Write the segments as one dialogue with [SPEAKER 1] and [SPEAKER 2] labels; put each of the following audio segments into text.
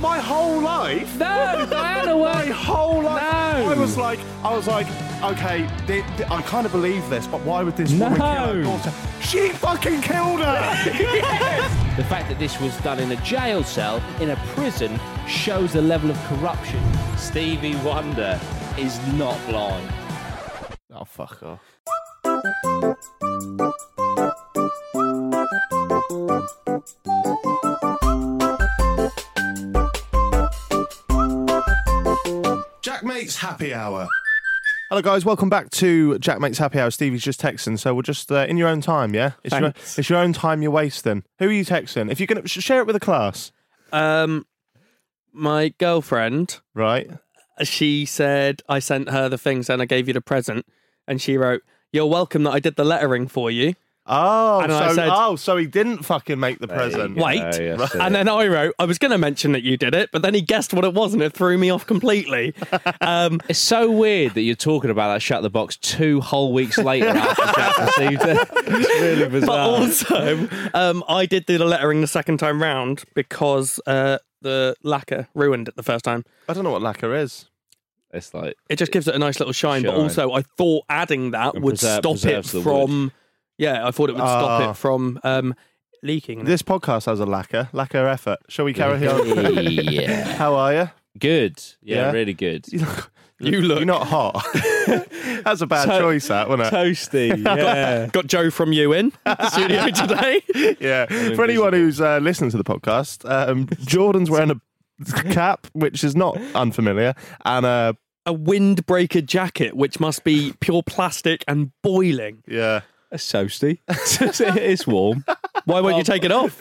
[SPEAKER 1] my whole life.
[SPEAKER 2] No, Diana,
[SPEAKER 1] my whole life.
[SPEAKER 2] No.
[SPEAKER 1] I was like, I was like, okay, th- th- I kind of believe this, but why would this
[SPEAKER 2] No.
[SPEAKER 1] woman kill her daughter? She fucking killed her.
[SPEAKER 3] Yes. the fact that this was done in a jail cell, in a prison, shows the level of corruption. Stevie Wonder is not blind.
[SPEAKER 1] oh fuck off. Jackmates Happy Hour. Hello, guys. Welcome back to Jackmates Happy Hour. Stevie's just texting, so we're just uh, in your own time, yeah? It's your,
[SPEAKER 2] Thanks.
[SPEAKER 1] it's your own time you're wasting. Who are you texting? If you're going to sh- share it with the class,
[SPEAKER 4] Um, my girlfriend,
[SPEAKER 1] right?
[SPEAKER 4] she said I sent her the things and I gave you the present, and she wrote, "You're welcome that I did the lettering for you."
[SPEAKER 1] Oh,
[SPEAKER 4] And
[SPEAKER 1] so,
[SPEAKER 4] I said-
[SPEAKER 1] oh, so he didn't fucking make the present.
[SPEAKER 4] Wait, and then I wrote, "I was going to mention that you did it, but then he guessed what it was, and it threw me off completely." um,
[SPEAKER 5] It's so weird that you're talking about that shut the box two whole weeks later after Jack received it. It's really
[SPEAKER 4] but
[SPEAKER 5] bizarre.
[SPEAKER 4] also, um, I did do the lettering the second time round because uh, the lacquer ruined it the first time.
[SPEAKER 1] I don't know what lacquer is.
[SPEAKER 5] it's like
[SPEAKER 4] It just gives it a nice little shine, but
[SPEAKER 5] Shine.
[SPEAKER 4] also I thought adding that
[SPEAKER 5] And
[SPEAKER 4] would
[SPEAKER 5] preserve-
[SPEAKER 4] stop it
[SPEAKER 5] preserves the wood.
[SPEAKER 4] from. Yeah, I thought it would stop
[SPEAKER 1] Ah.
[SPEAKER 4] it from um, leaking.
[SPEAKER 1] This podcast has a lacquer, lacquer effort. Shall we carry on?
[SPEAKER 5] yeah.
[SPEAKER 1] How are you?
[SPEAKER 5] Good. Yeah,
[SPEAKER 1] Yeah.
[SPEAKER 5] really good.
[SPEAKER 1] You look,
[SPEAKER 4] You look-
[SPEAKER 1] you're not hot. That's a bad
[SPEAKER 4] To-
[SPEAKER 1] choice, that wasn't it?
[SPEAKER 5] Toasty. Yeah.
[SPEAKER 4] Got Joe from you in the studio today.
[SPEAKER 1] yeah. For anyone
[SPEAKER 5] invisible.
[SPEAKER 1] who's uh, listening to the podcast, um, Jordan's wearing a cap, which is not unfamiliar, and uh,
[SPEAKER 4] A windbreaker jacket, which must be pure plastic and boiling.
[SPEAKER 1] yeah,
[SPEAKER 5] It's toasty. it's warm.
[SPEAKER 4] Why won't you take it off?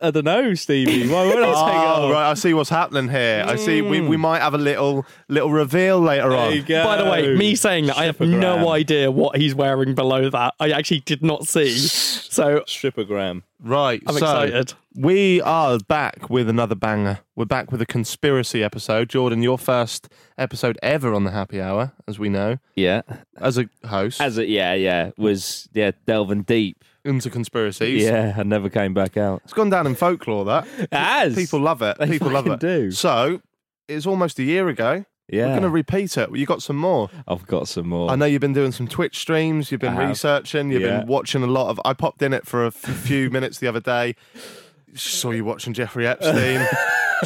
[SPEAKER 5] I don't know, Stevie. Why would I take
[SPEAKER 1] Oh,
[SPEAKER 5] it off?
[SPEAKER 1] right. I see what's happening here. I see. We,
[SPEAKER 4] Hmm.
[SPEAKER 1] we might have a little little reveal later on.
[SPEAKER 4] By the way, me saying that, I have no
[SPEAKER 5] Shippogram.
[SPEAKER 4] idea what he's wearing below that. I actually did not see. So
[SPEAKER 5] Strippogram.
[SPEAKER 1] Right.
[SPEAKER 4] I'm
[SPEAKER 1] so
[SPEAKER 4] excited.
[SPEAKER 1] We are back with another banger. We're back with a conspiracy episode. Jordan, your first episode ever on the Happy Hour, as we know,
[SPEAKER 5] Yeah.
[SPEAKER 1] as a host
[SPEAKER 5] As it yeah, yeah. Was yeah, delving deep.
[SPEAKER 1] into conspiracies.
[SPEAKER 5] Yeah, I never came back out.
[SPEAKER 1] It's gone down in folklore. That
[SPEAKER 5] As
[SPEAKER 1] people love it.
[SPEAKER 5] They
[SPEAKER 1] people love it.
[SPEAKER 5] fucking do.
[SPEAKER 1] So it's almost a year ago. We're
[SPEAKER 5] Yeah.
[SPEAKER 1] going to repeat it. You got some more.
[SPEAKER 5] I've got some more.
[SPEAKER 1] I know you've been doing some Twitch streams. You've been
[SPEAKER 5] I have.
[SPEAKER 1] researching. You've
[SPEAKER 5] Yeah.
[SPEAKER 1] been watching a lot of. I popped in it for a f- few minutes the other day. Saw you watching Jeffrey Epstein.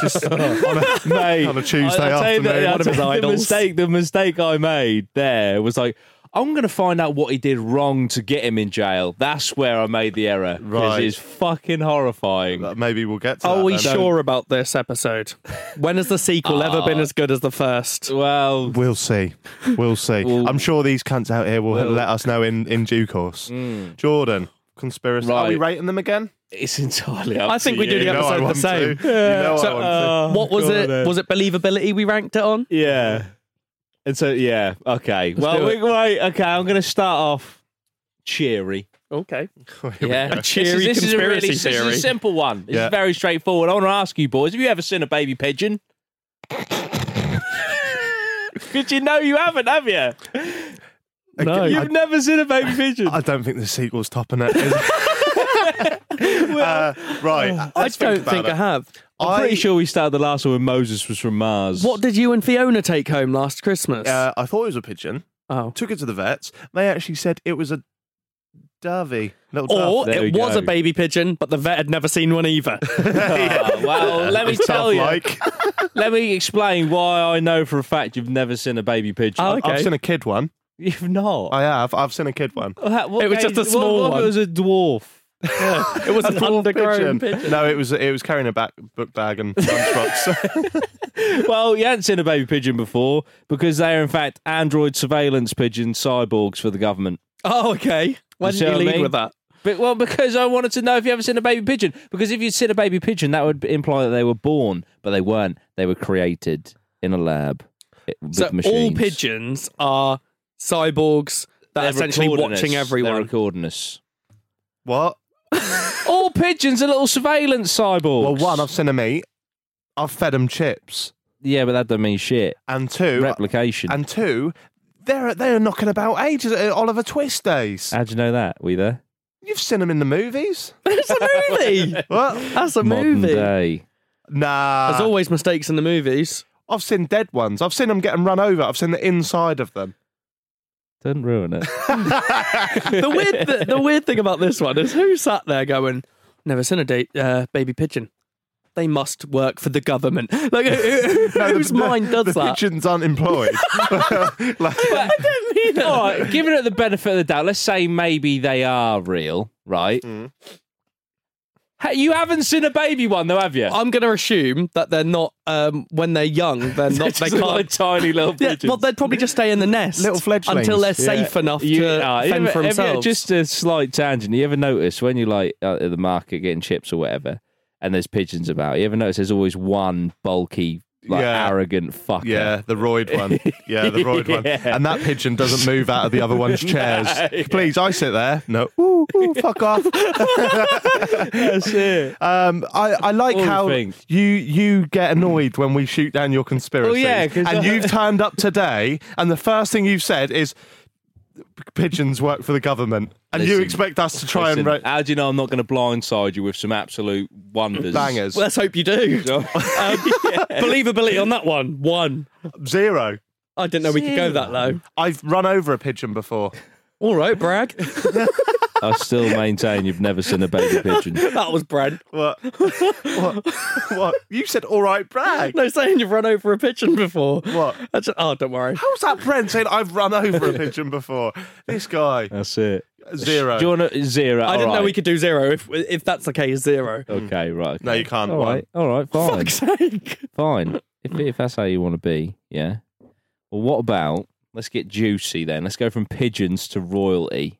[SPEAKER 1] Just on a,
[SPEAKER 5] mate,
[SPEAKER 1] on a Tuesday
[SPEAKER 5] I, I'll tell you
[SPEAKER 1] afternoon.
[SPEAKER 5] the- I'll
[SPEAKER 1] What
[SPEAKER 5] tell
[SPEAKER 1] if
[SPEAKER 5] you
[SPEAKER 1] it's
[SPEAKER 5] the
[SPEAKER 1] idols?
[SPEAKER 5] mistake, the mistake I made there was like, I'm going to find out what he did wrong to get him in jail. That's where I made the error. 'cause
[SPEAKER 1] Right.
[SPEAKER 5] It's fucking horrifying.
[SPEAKER 1] But maybe we'll get to that.
[SPEAKER 4] are we
[SPEAKER 1] then.
[SPEAKER 4] sure about this episode? When has the sequel ever been as good as the first?
[SPEAKER 5] Well,
[SPEAKER 1] We'll see. We'll see.
[SPEAKER 5] Well-
[SPEAKER 1] I'm sure these cunts out here will
[SPEAKER 5] Well-
[SPEAKER 1] let us know in, in due course. Jordan, conspiracy. Are we
[SPEAKER 5] Right.
[SPEAKER 1] rating them again?
[SPEAKER 5] it's entirely up
[SPEAKER 4] I
[SPEAKER 5] to
[SPEAKER 4] think we do
[SPEAKER 5] you.
[SPEAKER 4] the
[SPEAKER 1] You know I
[SPEAKER 4] episode the
[SPEAKER 1] want to.
[SPEAKER 4] same.
[SPEAKER 1] You know I
[SPEAKER 4] So,
[SPEAKER 1] want to.
[SPEAKER 4] uh, what was
[SPEAKER 5] Oh, Go on
[SPEAKER 4] it?
[SPEAKER 5] then.
[SPEAKER 4] Was it believability we ranked it on?
[SPEAKER 5] Yeah. And so, yeah. Okay. well,
[SPEAKER 4] do
[SPEAKER 5] we, wait. Okay. I'm going to start off cheery.
[SPEAKER 4] Okay.
[SPEAKER 5] Yeah,
[SPEAKER 4] A cheery
[SPEAKER 5] this is, this is a really-
[SPEAKER 4] conspiracy
[SPEAKER 5] this is
[SPEAKER 4] theory.
[SPEAKER 5] a simple one. This
[SPEAKER 1] Yeah.
[SPEAKER 5] is very straightforward. I want to ask you, boys, have you ever seen a baby pigeon? Because you know you haven't, have you?
[SPEAKER 1] No.
[SPEAKER 5] You've
[SPEAKER 1] I-
[SPEAKER 5] never seen a baby pigeon.
[SPEAKER 1] I don't think the sequel's topping it. is it? uh, right.
[SPEAKER 4] I
[SPEAKER 1] let's
[SPEAKER 4] don't
[SPEAKER 1] about
[SPEAKER 4] think
[SPEAKER 1] it.
[SPEAKER 4] I have.
[SPEAKER 5] I'm
[SPEAKER 1] I-
[SPEAKER 5] pretty sure we started the last one when Moses was from Mars.
[SPEAKER 4] What did you and Fiona take home last Christmas?
[SPEAKER 1] Uh, I thought it was a pigeon.
[SPEAKER 4] oh.
[SPEAKER 1] Took it to the vets. They actually said it was a Dovey. Little
[SPEAKER 4] Or
[SPEAKER 1] dove.
[SPEAKER 5] Ah, There
[SPEAKER 4] it
[SPEAKER 5] we
[SPEAKER 4] was
[SPEAKER 5] go.
[SPEAKER 4] a baby pigeon, but the vet had never seen one either.
[SPEAKER 5] Oh, well, let me
[SPEAKER 1] It's
[SPEAKER 5] tell you.
[SPEAKER 1] like.
[SPEAKER 5] Let me explain why I know for a fact you've never seen a baby pigeon.
[SPEAKER 4] Oh, okay.
[SPEAKER 1] I've seen a kid one.
[SPEAKER 5] You've not.
[SPEAKER 1] I have. I've seen a kid one.
[SPEAKER 5] What
[SPEAKER 4] It was just a
[SPEAKER 5] what-
[SPEAKER 4] small
[SPEAKER 5] what if
[SPEAKER 4] one.
[SPEAKER 5] It was a dwarf.
[SPEAKER 4] It was an undergrown pigeon.
[SPEAKER 1] No, it was it was carrying a back, book bag and lunchbox.
[SPEAKER 5] Well, you hadn't seen a baby pigeon before because they are in fact android surveillance pigeon cyborgs for the government.
[SPEAKER 4] Oh, okay. Why
[SPEAKER 5] You
[SPEAKER 4] did you
[SPEAKER 5] see what I
[SPEAKER 4] lead
[SPEAKER 5] mean?
[SPEAKER 4] with that?
[SPEAKER 5] But well, because I wanted to know if you ever seen a baby pigeon. Because if you'd seen a baby pigeon, that would imply that they were born, but they weren't. They were created in a lab. it- With
[SPEAKER 4] So all
[SPEAKER 5] machines.
[SPEAKER 4] pigeons are cyborgs that are
[SPEAKER 5] They're
[SPEAKER 4] essentially
[SPEAKER 5] recording us.
[SPEAKER 4] watching
[SPEAKER 5] They're
[SPEAKER 4] everyone.
[SPEAKER 5] recording us.
[SPEAKER 1] what?
[SPEAKER 5] All pigeons are little surveillance cyborgs.
[SPEAKER 1] Well, one, I've seen them eat. I've fed them chips,
[SPEAKER 5] yeah, but that doesn't mean shit.
[SPEAKER 1] and two,
[SPEAKER 5] Replication.
[SPEAKER 1] and two, they're they're knocking about ages at Oliver Twist days.
[SPEAKER 5] How'd you know that? Were you there?
[SPEAKER 1] You've seen them in the movies.
[SPEAKER 4] It's a movie.
[SPEAKER 1] what?
[SPEAKER 4] That's a
[SPEAKER 5] Modern
[SPEAKER 4] movie.
[SPEAKER 5] day.
[SPEAKER 1] Nah.
[SPEAKER 4] There's always mistakes in the movies.
[SPEAKER 1] I've seen dead ones. I've seen them getting run over. I've seen the inside of them.
[SPEAKER 5] Don't ruin it.
[SPEAKER 4] The weird, the, the weird thing about this one is who sat there going, "Never seen a da- uh, baby pigeon." They must work for the government. Like, who, who,
[SPEAKER 1] No, the-
[SPEAKER 4] whose mind does
[SPEAKER 1] the
[SPEAKER 4] that?
[SPEAKER 1] Pigeons unemployed. like,
[SPEAKER 5] All right, giving it the benefit of the doubt, let's say maybe they are real, right?
[SPEAKER 1] Hmm.
[SPEAKER 5] Hey, you haven't seen a baby one though, have you?
[SPEAKER 4] I'm going to assume that they're not. Um, when they're young, they're not. they
[SPEAKER 5] Just like
[SPEAKER 4] can't.
[SPEAKER 5] tiny little
[SPEAKER 4] Yeah,
[SPEAKER 5] pigeons.
[SPEAKER 4] well, they'd probably just stay in the nest,
[SPEAKER 1] Little fledglings.
[SPEAKER 4] until they're
[SPEAKER 1] Yeah.
[SPEAKER 4] safe enough
[SPEAKER 5] You-
[SPEAKER 4] to
[SPEAKER 5] ah, you
[SPEAKER 4] fend
[SPEAKER 5] ever-
[SPEAKER 4] for
[SPEAKER 5] have you-
[SPEAKER 4] themselves.
[SPEAKER 5] just a slight tangent. You ever notice when you're like out at the market getting chips or whatever, and there's pigeons about? You ever notice there's always one bulky, like
[SPEAKER 1] Yeah.
[SPEAKER 5] arrogant fucker?
[SPEAKER 1] yeah, the roid one. Yeah, the roid one.
[SPEAKER 5] Yeah.
[SPEAKER 1] And that pigeon doesn't move out of the other one's chairs.
[SPEAKER 5] yeah.
[SPEAKER 1] Please, I sit there. No. Ooh, ooh fuck off.
[SPEAKER 5] that's it.
[SPEAKER 1] Um, I, I like
[SPEAKER 5] All the
[SPEAKER 1] how
[SPEAKER 5] things.
[SPEAKER 1] you you get annoyed when we shoot down your conspiracies.
[SPEAKER 5] Oh, yeah, 'cause
[SPEAKER 1] and
[SPEAKER 5] I-
[SPEAKER 1] you've turned up today, and the first thing you've said is pigeons work for the government, and you
[SPEAKER 5] Listen,
[SPEAKER 1] expect us to try
[SPEAKER 5] Listen,
[SPEAKER 1] and re-
[SPEAKER 5] how do you know I'm not going to blindside you with some absolute wonders?
[SPEAKER 1] bangers
[SPEAKER 4] Well, let's hope you do. um, Believability on that one, one.
[SPEAKER 1] zero.
[SPEAKER 4] I didn't know we could go that low.
[SPEAKER 1] I've run over a pigeon before.
[SPEAKER 4] All right, brag.
[SPEAKER 5] I still maintain you've never seen a baby pigeon.
[SPEAKER 4] that was Brad.
[SPEAKER 1] What? what? What? You said all right, brag.
[SPEAKER 4] No, saying you've run over a pigeon before.
[SPEAKER 1] What?
[SPEAKER 4] That's oh, don't worry.
[SPEAKER 1] How's that Brent saying I've run over a pigeon before? This guy
[SPEAKER 5] That's it.
[SPEAKER 1] zero.
[SPEAKER 5] Do you want to zero?
[SPEAKER 4] I
[SPEAKER 5] All
[SPEAKER 4] didn't know
[SPEAKER 5] right. Oh.
[SPEAKER 4] we could do zero. If if that's the case, zero.
[SPEAKER 5] Okay, right.
[SPEAKER 1] No,
[SPEAKER 5] okay.
[SPEAKER 1] you can't.
[SPEAKER 5] All
[SPEAKER 1] Why?
[SPEAKER 5] right, all right, fine,
[SPEAKER 4] Fuck's sake.
[SPEAKER 5] fine. If if that's how you want to be, yeah. Well, what about let's get juicy then? Let's go from pigeons to royalty.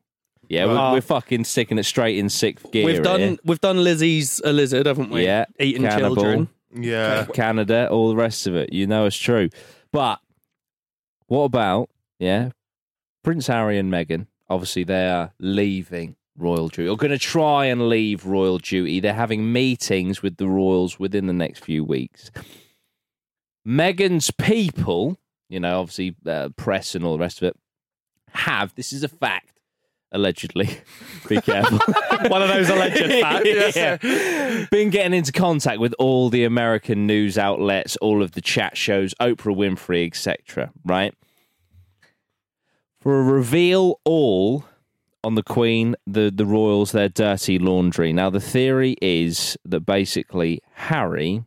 [SPEAKER 5] Yeah,
[SPEAKER 4] Right.
[SPEAKER 5] we're, we're fucking sticking it straight in sixth gear.
[SPEAKER 4] Uh, We've done
[SPEAKER 5] here.
[SPEAKER 4] we've done Lizzie's a lizard, haven't we?
[SPEAKER 5] Yeah,
[SPEAKER 4] eating
[SPEAKER 5] cannibal.
[SPEAKER 4] children.
[SPEAKER 1] Yeah.
[SPEAKER 5] Canada, all the rest of it. You know it's true. But what about yeah, Prince Harry and Meghan? Obviously, they are leaving royal duty. Or going to try and leave royal duty. They're having meetings with the royals within the next few weeks. Meghan's people, you know, obviously uh, press and all the rest of it, have this is a fact. Allegedly, be careful.
[SPEAKER 4] One of those alleged facts.
[SPEAKER 5] Yeah. Been getting into contact with all the American news outlets, all of the chat shows, Oprah Winfrey, etc. Right? For a reveal all on the Queen, the, the royals, their dirty laundry. Now, the theory is that basically Harry,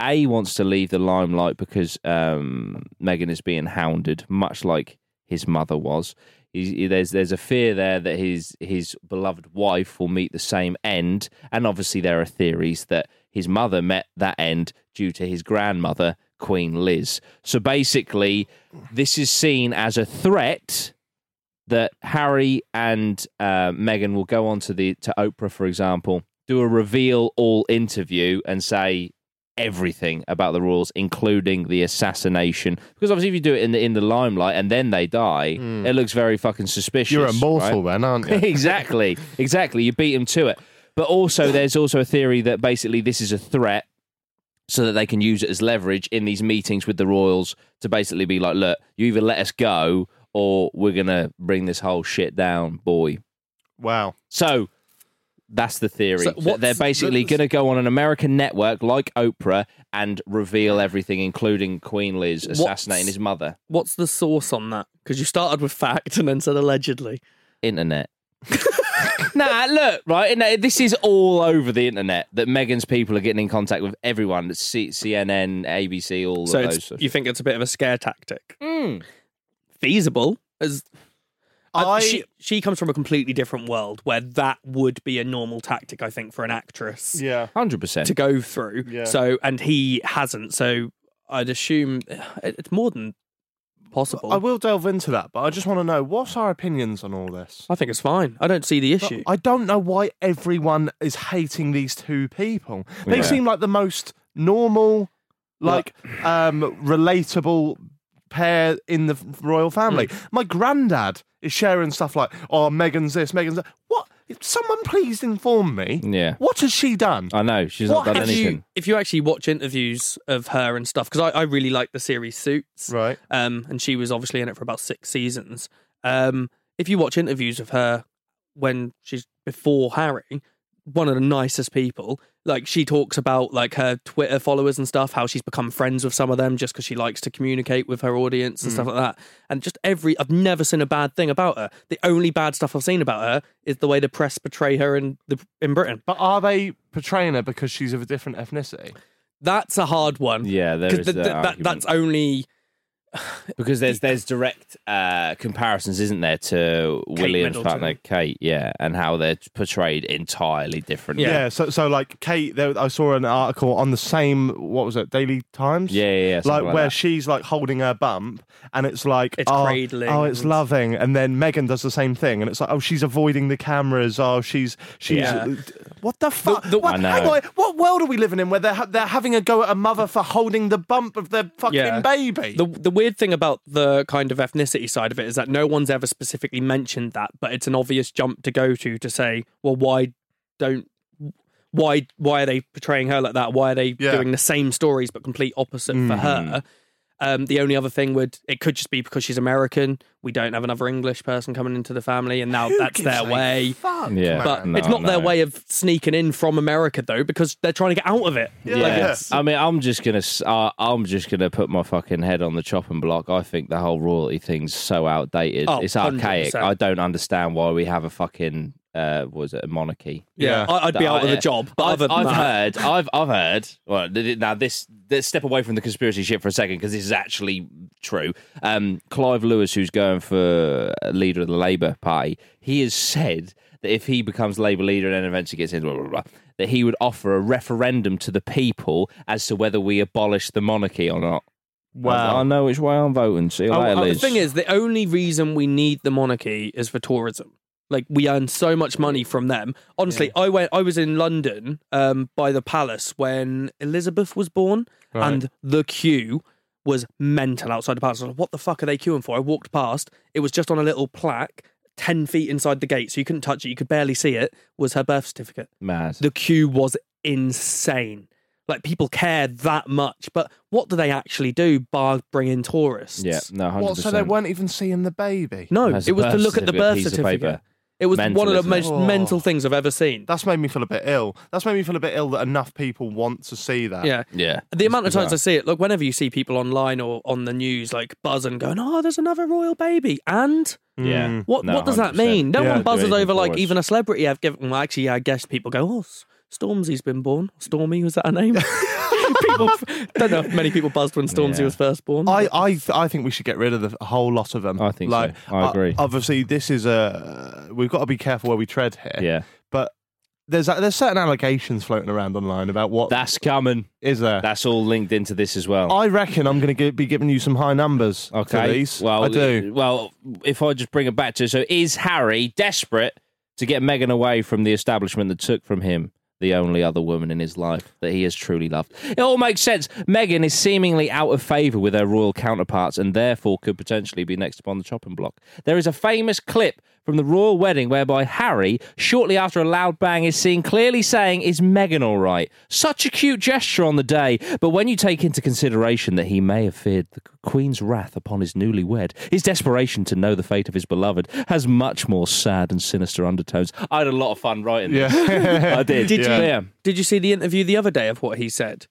[SPEAKER 5] A, wants to leave the limelight because um, Meghan is being hounded, much like his mother was. He's, he- there's there's a fear there that his his beloved wife will meet the same end, and obviously there are theories that his mother met that end due to his grandmother Queen Liz. So basically, this is seen as a threat that Harry and uh, Meghan will go on to the to Oprah, for example, do a reveal all interview and say everything about the rules, including the assassination. Because obviously, if you do it in the in the limelight and then they die, it looks very fucking suspicious.
[SPEAKER 1] You're immortal
[SPEAKER 5] right?
[SPEAKER 1] then, aren't you?
[SPEAKER 5] exactly, exactly. You beat them to it. But also, there's also a theory that basically this is a threat so that they can use it as leverage in these meetings with the royals to basically be like, look, you either let us go or we're going to bring this whole shit down, boy.
[SPEAKER 1] Wow.
[SPEAKER 5] So that's the theory.
[SPEAKER 4] So
[SPEAKER 5] That
[SPEAKER 4] what's-
[SPEAKER 5] they're basically going to go on an American network like Oprah and reveal everything, including Queen Liz assassinating
[SPEAKER 4] What's-
[SPEAKER 5] his mother.
[SPEAKER 4] What's the source on that? Because you started with fact and then said allegedly.
[SPEAKER 5] Internet. nah, look, right? And uh, this is all over the internet that Megan's people are getting in contact with everyone. It's C- CNN, ABC, all
[SPEAKER 4] So
[SPEAKER 5] of
[SPEAKER 4] it's-
[SPEAKER 5] those. sorts.
[SPEAKER 4] you think it's a bit of a scare tactic?
[SPEAKER 5] Mm.
[SPEAKER 4] Feasible as I,
[SPEAKER 1] I-
[SPEAKER 4] she, she comes from a completely different world where that would be a normal tactic, I think, for an actress
[SPEAKER 1] Yeah.
[SPEAKER 5] 100%.
[SPEAKER 4] to go through.
[SPEAKER 1] Yeah.
[SPEAKER 4] So and he hasn't. So I'd assume it- it's more than possible.
[SPEAKER 1] I will delve into that, but I just want to know what's our opinions on all this?
[SPEAKER 4] I think it's fine. I don't see the
[SPEAKER 1] But
[SPEAKER 4] issue.
[SPEAKER 1] I don't know why everyone is hating these two people. They
[SPEAKER 5] Yeah.
[SPEAKER 1] seem like the most normal, like um, relatable pair in the royal family.
[SPEAKER 5] Hmm.
[SPEAKER 1] My granddad is sharing stuff like, "Oh, Megan's this, Megan's that." What? Someone please inform me.
[SPEAKER 5] Yeah.
[SPEAKER 1] What has she done?
[SPEAKER 5] I know. She's
[SPEAKER 1] What
[SPEAKER 5] not done
[SPEAKER 1] have
[SPEAKER 4] If you-
[SPEAKER 5] anything.
[SPEAKER 4] if you actually watch interviews of her and stuff, because I, I really like the series Suits,
[SPEAKER 1] Right.
[SPEAKER 4] Um, and she was obviously in it for about six seasons. Um, if you watch interviews of her when she's before Harry, one of the nicest people. Like she talks about like her Twitter followers and stuff, how she's become friends with some of them just because she likes to communicate with her audience and stuff like that. And just every, I've never seen a bad thing about her. The only bad stuff I've seen about her is the way the press portray her in the in Britain.
[SPEAKER 1] But are they portraying her because she's of a different ethnicity?
[SPEAKER 4] That's a hard one.
[SPEAKER 5] Yeah, there
[SPEAKER 4] 'Cause
[SPEAKER 5] is
[SPEAKER 4] the-
[SPEAKER 5] that
[SPEAKER 4] the- that,
[SPEAKER 5] argument.
[SPEAKER 4] that's only
[SPEAKER 5] Because there's there's direct uh, comparisons, isn't there, to William's
[SPEAKER 4] Middleton.
[SPEAKER 5] partner Kate, yeah, and how they're portrayed entirely differently.
[SPEAKER 1] Yeah. so, so like Kate, there, I saw an article on the same. What was it? Daily Times.
[SPEAKER 5] Yeah, yeah, yeah, something
[SPEAKER 1] like,
[SPEAKER 5] like
[SPEAKER 1] where
[SPEAKER 5] that.
[SPEAKER 1] she's like holding her bump, and it's like
[SPEAKER 4] It's
[SPEAKER 1] oh,
[SPEAKER 4] cradling
[SPEAKER 1] Oh, it's
[SPEAKER 4] and-
[SPEAKER 1] loving, and then Megan does the same thing, and it's like oh, she's avoiding the cameras. Oh, she's she's uh,
[SPEAKER 4] Yeah.
[SPEAKER 1] what the fuck?
[SPEAKER 4] the-
[SPEAKER 1] what,
[SPEAKER 5] I know.
[SPEAKER 1] hang on, what world are we living in where they're ha- they're having a go at a mother for holding the bump of their fucking
[SPEAKER 4] Yeah.
[SPEAKER 1] baby?
[SPEAKER 4] The the weird thing about the kind of ethnicity side of it is that no one's ever specifically mentioned that, but it's an obvious jump to go to to say, well, why don't why why are they portraying her like that? Why are they
[SPEAKER 1] Yeah. Hmm.
[SPEAKER 4] doing the same stories but complete opposite for her? Um, the only other thing would it could just be because she's American. We don't have another English person coming into the family, and now
[SPEAKER 1] Who
[SPEAKER 4] that's
[SPEAKER 1] gives
[SPEAKER 4] their
[SPEAKER 1] a
[SPEAKER 4] way.
[SPEAKER 1] fuck,
[SPEAKER 5] Yeah.
[SPEAKER 4] But
[SPEAKER 5] No,
[SPEAKER 4] it's not their
[SPEAKER 5] no.
[SPEAKER 4] way of sneaking in from America though, because they're trying to get out of it.
[SPEAKER 1] Yeah.
[SPEAKER 4] Like,
[SPEAKER 5] Yeah.
[SPEAKER 1] Yes.
[SPEAKER 5] I mean, I'm just gonna, s- uh, I'm just gonna put my fucking head on the chopping block. I think the whole royalty thing's so outdated.
[SPEAKER 4] Oh,
[SPEAKER 5] it's archaic.
[SPEAKER 4] 100%.
[SPEAKER 5] I don't understand why we have a fucking, uh, what was it a monarchy?
[SPEAKER 4] yeah, I, I'd be out of
[SPEAKER 5] Uh,
[SPEAKER 4] a job. But
[SPEAKER 5] I've,
[SPEAKER 4] other than
[SPEAKER 5] I've
[SPEAKER 4] that-
[SPEAKER 5] heard, I've, I've heard. Well, th- th- now this, let's step away from the conspiracy shit for a second because this is actually true. Um, Clive Lewis, who's going for leader of the Labour Party, he has said that if he becomes Labour leader and then eventually gets into blah, blah, blah, that he would offer a referendum to the people as to whether we abolish the monarchy or not.
[SPEAKER 1] Wow.
[SPEAKER 5] I know which way I'm voting. See you
[SPEAKER 1] Oh,
[SPEAKER 5] later,
[SPEAKER 1] oh, the
[SPEAKER 5] Liz.
[SPEAKER 4] uh, The thing is, the only reason we need the monarchy is for tourism. Like we earn so much money from them. Honestly, I went. I was in London um, by the palace when Elizabeth was born, and the queue was mental outside the palace. I was like, what the fuck are they queuing for? I walked past. It was just on a little plaque, ten feet inside the gate, so you couldn't touch it. You could barely see it. Was her birth certificate?
[SPEAKER 5] mad.
[SPEAKER 4] The queue was insane. Like people care that much, but what do they actually do? Bar bring in tourists?
[SPEAKER 5] yeah, no, 100%.
[SPEAKER 1] What? So they weren't even seeing the baby.
[SPEAKER 4] No,
[SPEAKER 5] Has the
[SPEAKER 4] it was to
[SPEAKER 5] birth
[SPEAKER 4] look at the
[SPEAKER 5] certificate
[SPEAKER 4] birth
[SPEAKER 5] piece of
[SPEAKER 4] certificate.
[SPEAKER 5] paper.
[SPEAKER 4] It was
[SPEAKER 5] Mental,
[SPEAKER 4] one of the
[SPEAKER 5] isn't it?
[SPEAKER 4] most mental things I've ever seen.
[SPEAKER 1] That's made me feel a bit ill. That's made me feel a bit ill that enough people want to see that.
[SPEAKER 4] yeah.
[SPEAKER 5] Yeah.
[SPEAKER 4] The amount of
[SPEAKER 5] bizarre.
[SPEAKER 4] times I see it, like whenever you see people online or on the news, like buzzing, going, "Oh, there's another royal baby," and
[SPEAKER 5] Yeah.
[SPEAKER 4] what
[SPEAKER 5] No,
[SPEAKER 4] what does that
[SPEAKER 5] 100%.
[SPEAKER 4] mean? No
[SPEAKER 5] Mm. Yeah.
[SPEAKER 4] one buzzes
[SPEAKER 5] Doing
[SPEAKER 4] over like
[SPEAKER 5] forwards.
[SPEAKER 4] even a celebrity. I've given. Well, actually, I guess people go, "Oh, S- Stormzy's been born." Stormy was that her name? people don't know. if Many people buzzed when Stormzy
[SPEAKER 5] Yeah.
[SPEAKER 4] was first born.
[SPEAKER 1] I, I, th- I think we should get rid of the whole lot of them.
[SPEAKER 5] I think so.
[SPEAKER 1] like, uh,
[SPEAKER 5] I agree.
[SPEAKER 1] obviously, this is a uh, we've got to be careful where we tread here.
[SPEAKER 5] Yeah.
[SPEAKER 1] But there's uh, there's certain allegations floating around online about what is
[SPEAKER 5] That's coming.
[SPEAKER 1] there.
[SPEAKER 5] That's all linked into this as well.
[SPEAKER 1] I reckon I'm going to be giving you some high numbers. to
[SPEAKER 5] Okay.
[SPEAKER 1] these.
[SPEAKER 5] Well,
[SPEAKER 1] I do.
[SPEAKER 5] Well, if I just bring it back to so, is Harry desperate to get Meghan away from the establishment that took from him the only other woman in his life that he has truly loved? It all makes sense. Meghan is seemingly out of favour with her royal counterparts and therefore could potentially be next upon the chopping block. There is a famous clip. From the royal wedding, whereby Harry, shortly after a loud bang, is seen clearly saying, Is Meghan all right? Such a cute gesture on the day, but when you take into consideration that he may have feared the Queen's wrath upon his newlywed, his desperation to know the fate of his beloved has much more sad and sinister undertones. I had a lot of fun writing this.
[SPEAKER 1] Yeah.
[SPEAKER 5] I did.
[SPEAKER 4] Did you-
[SPEAKER 5] yeah. yeah.
[SPEAKER 4] Did you see the interview the other day of what he said?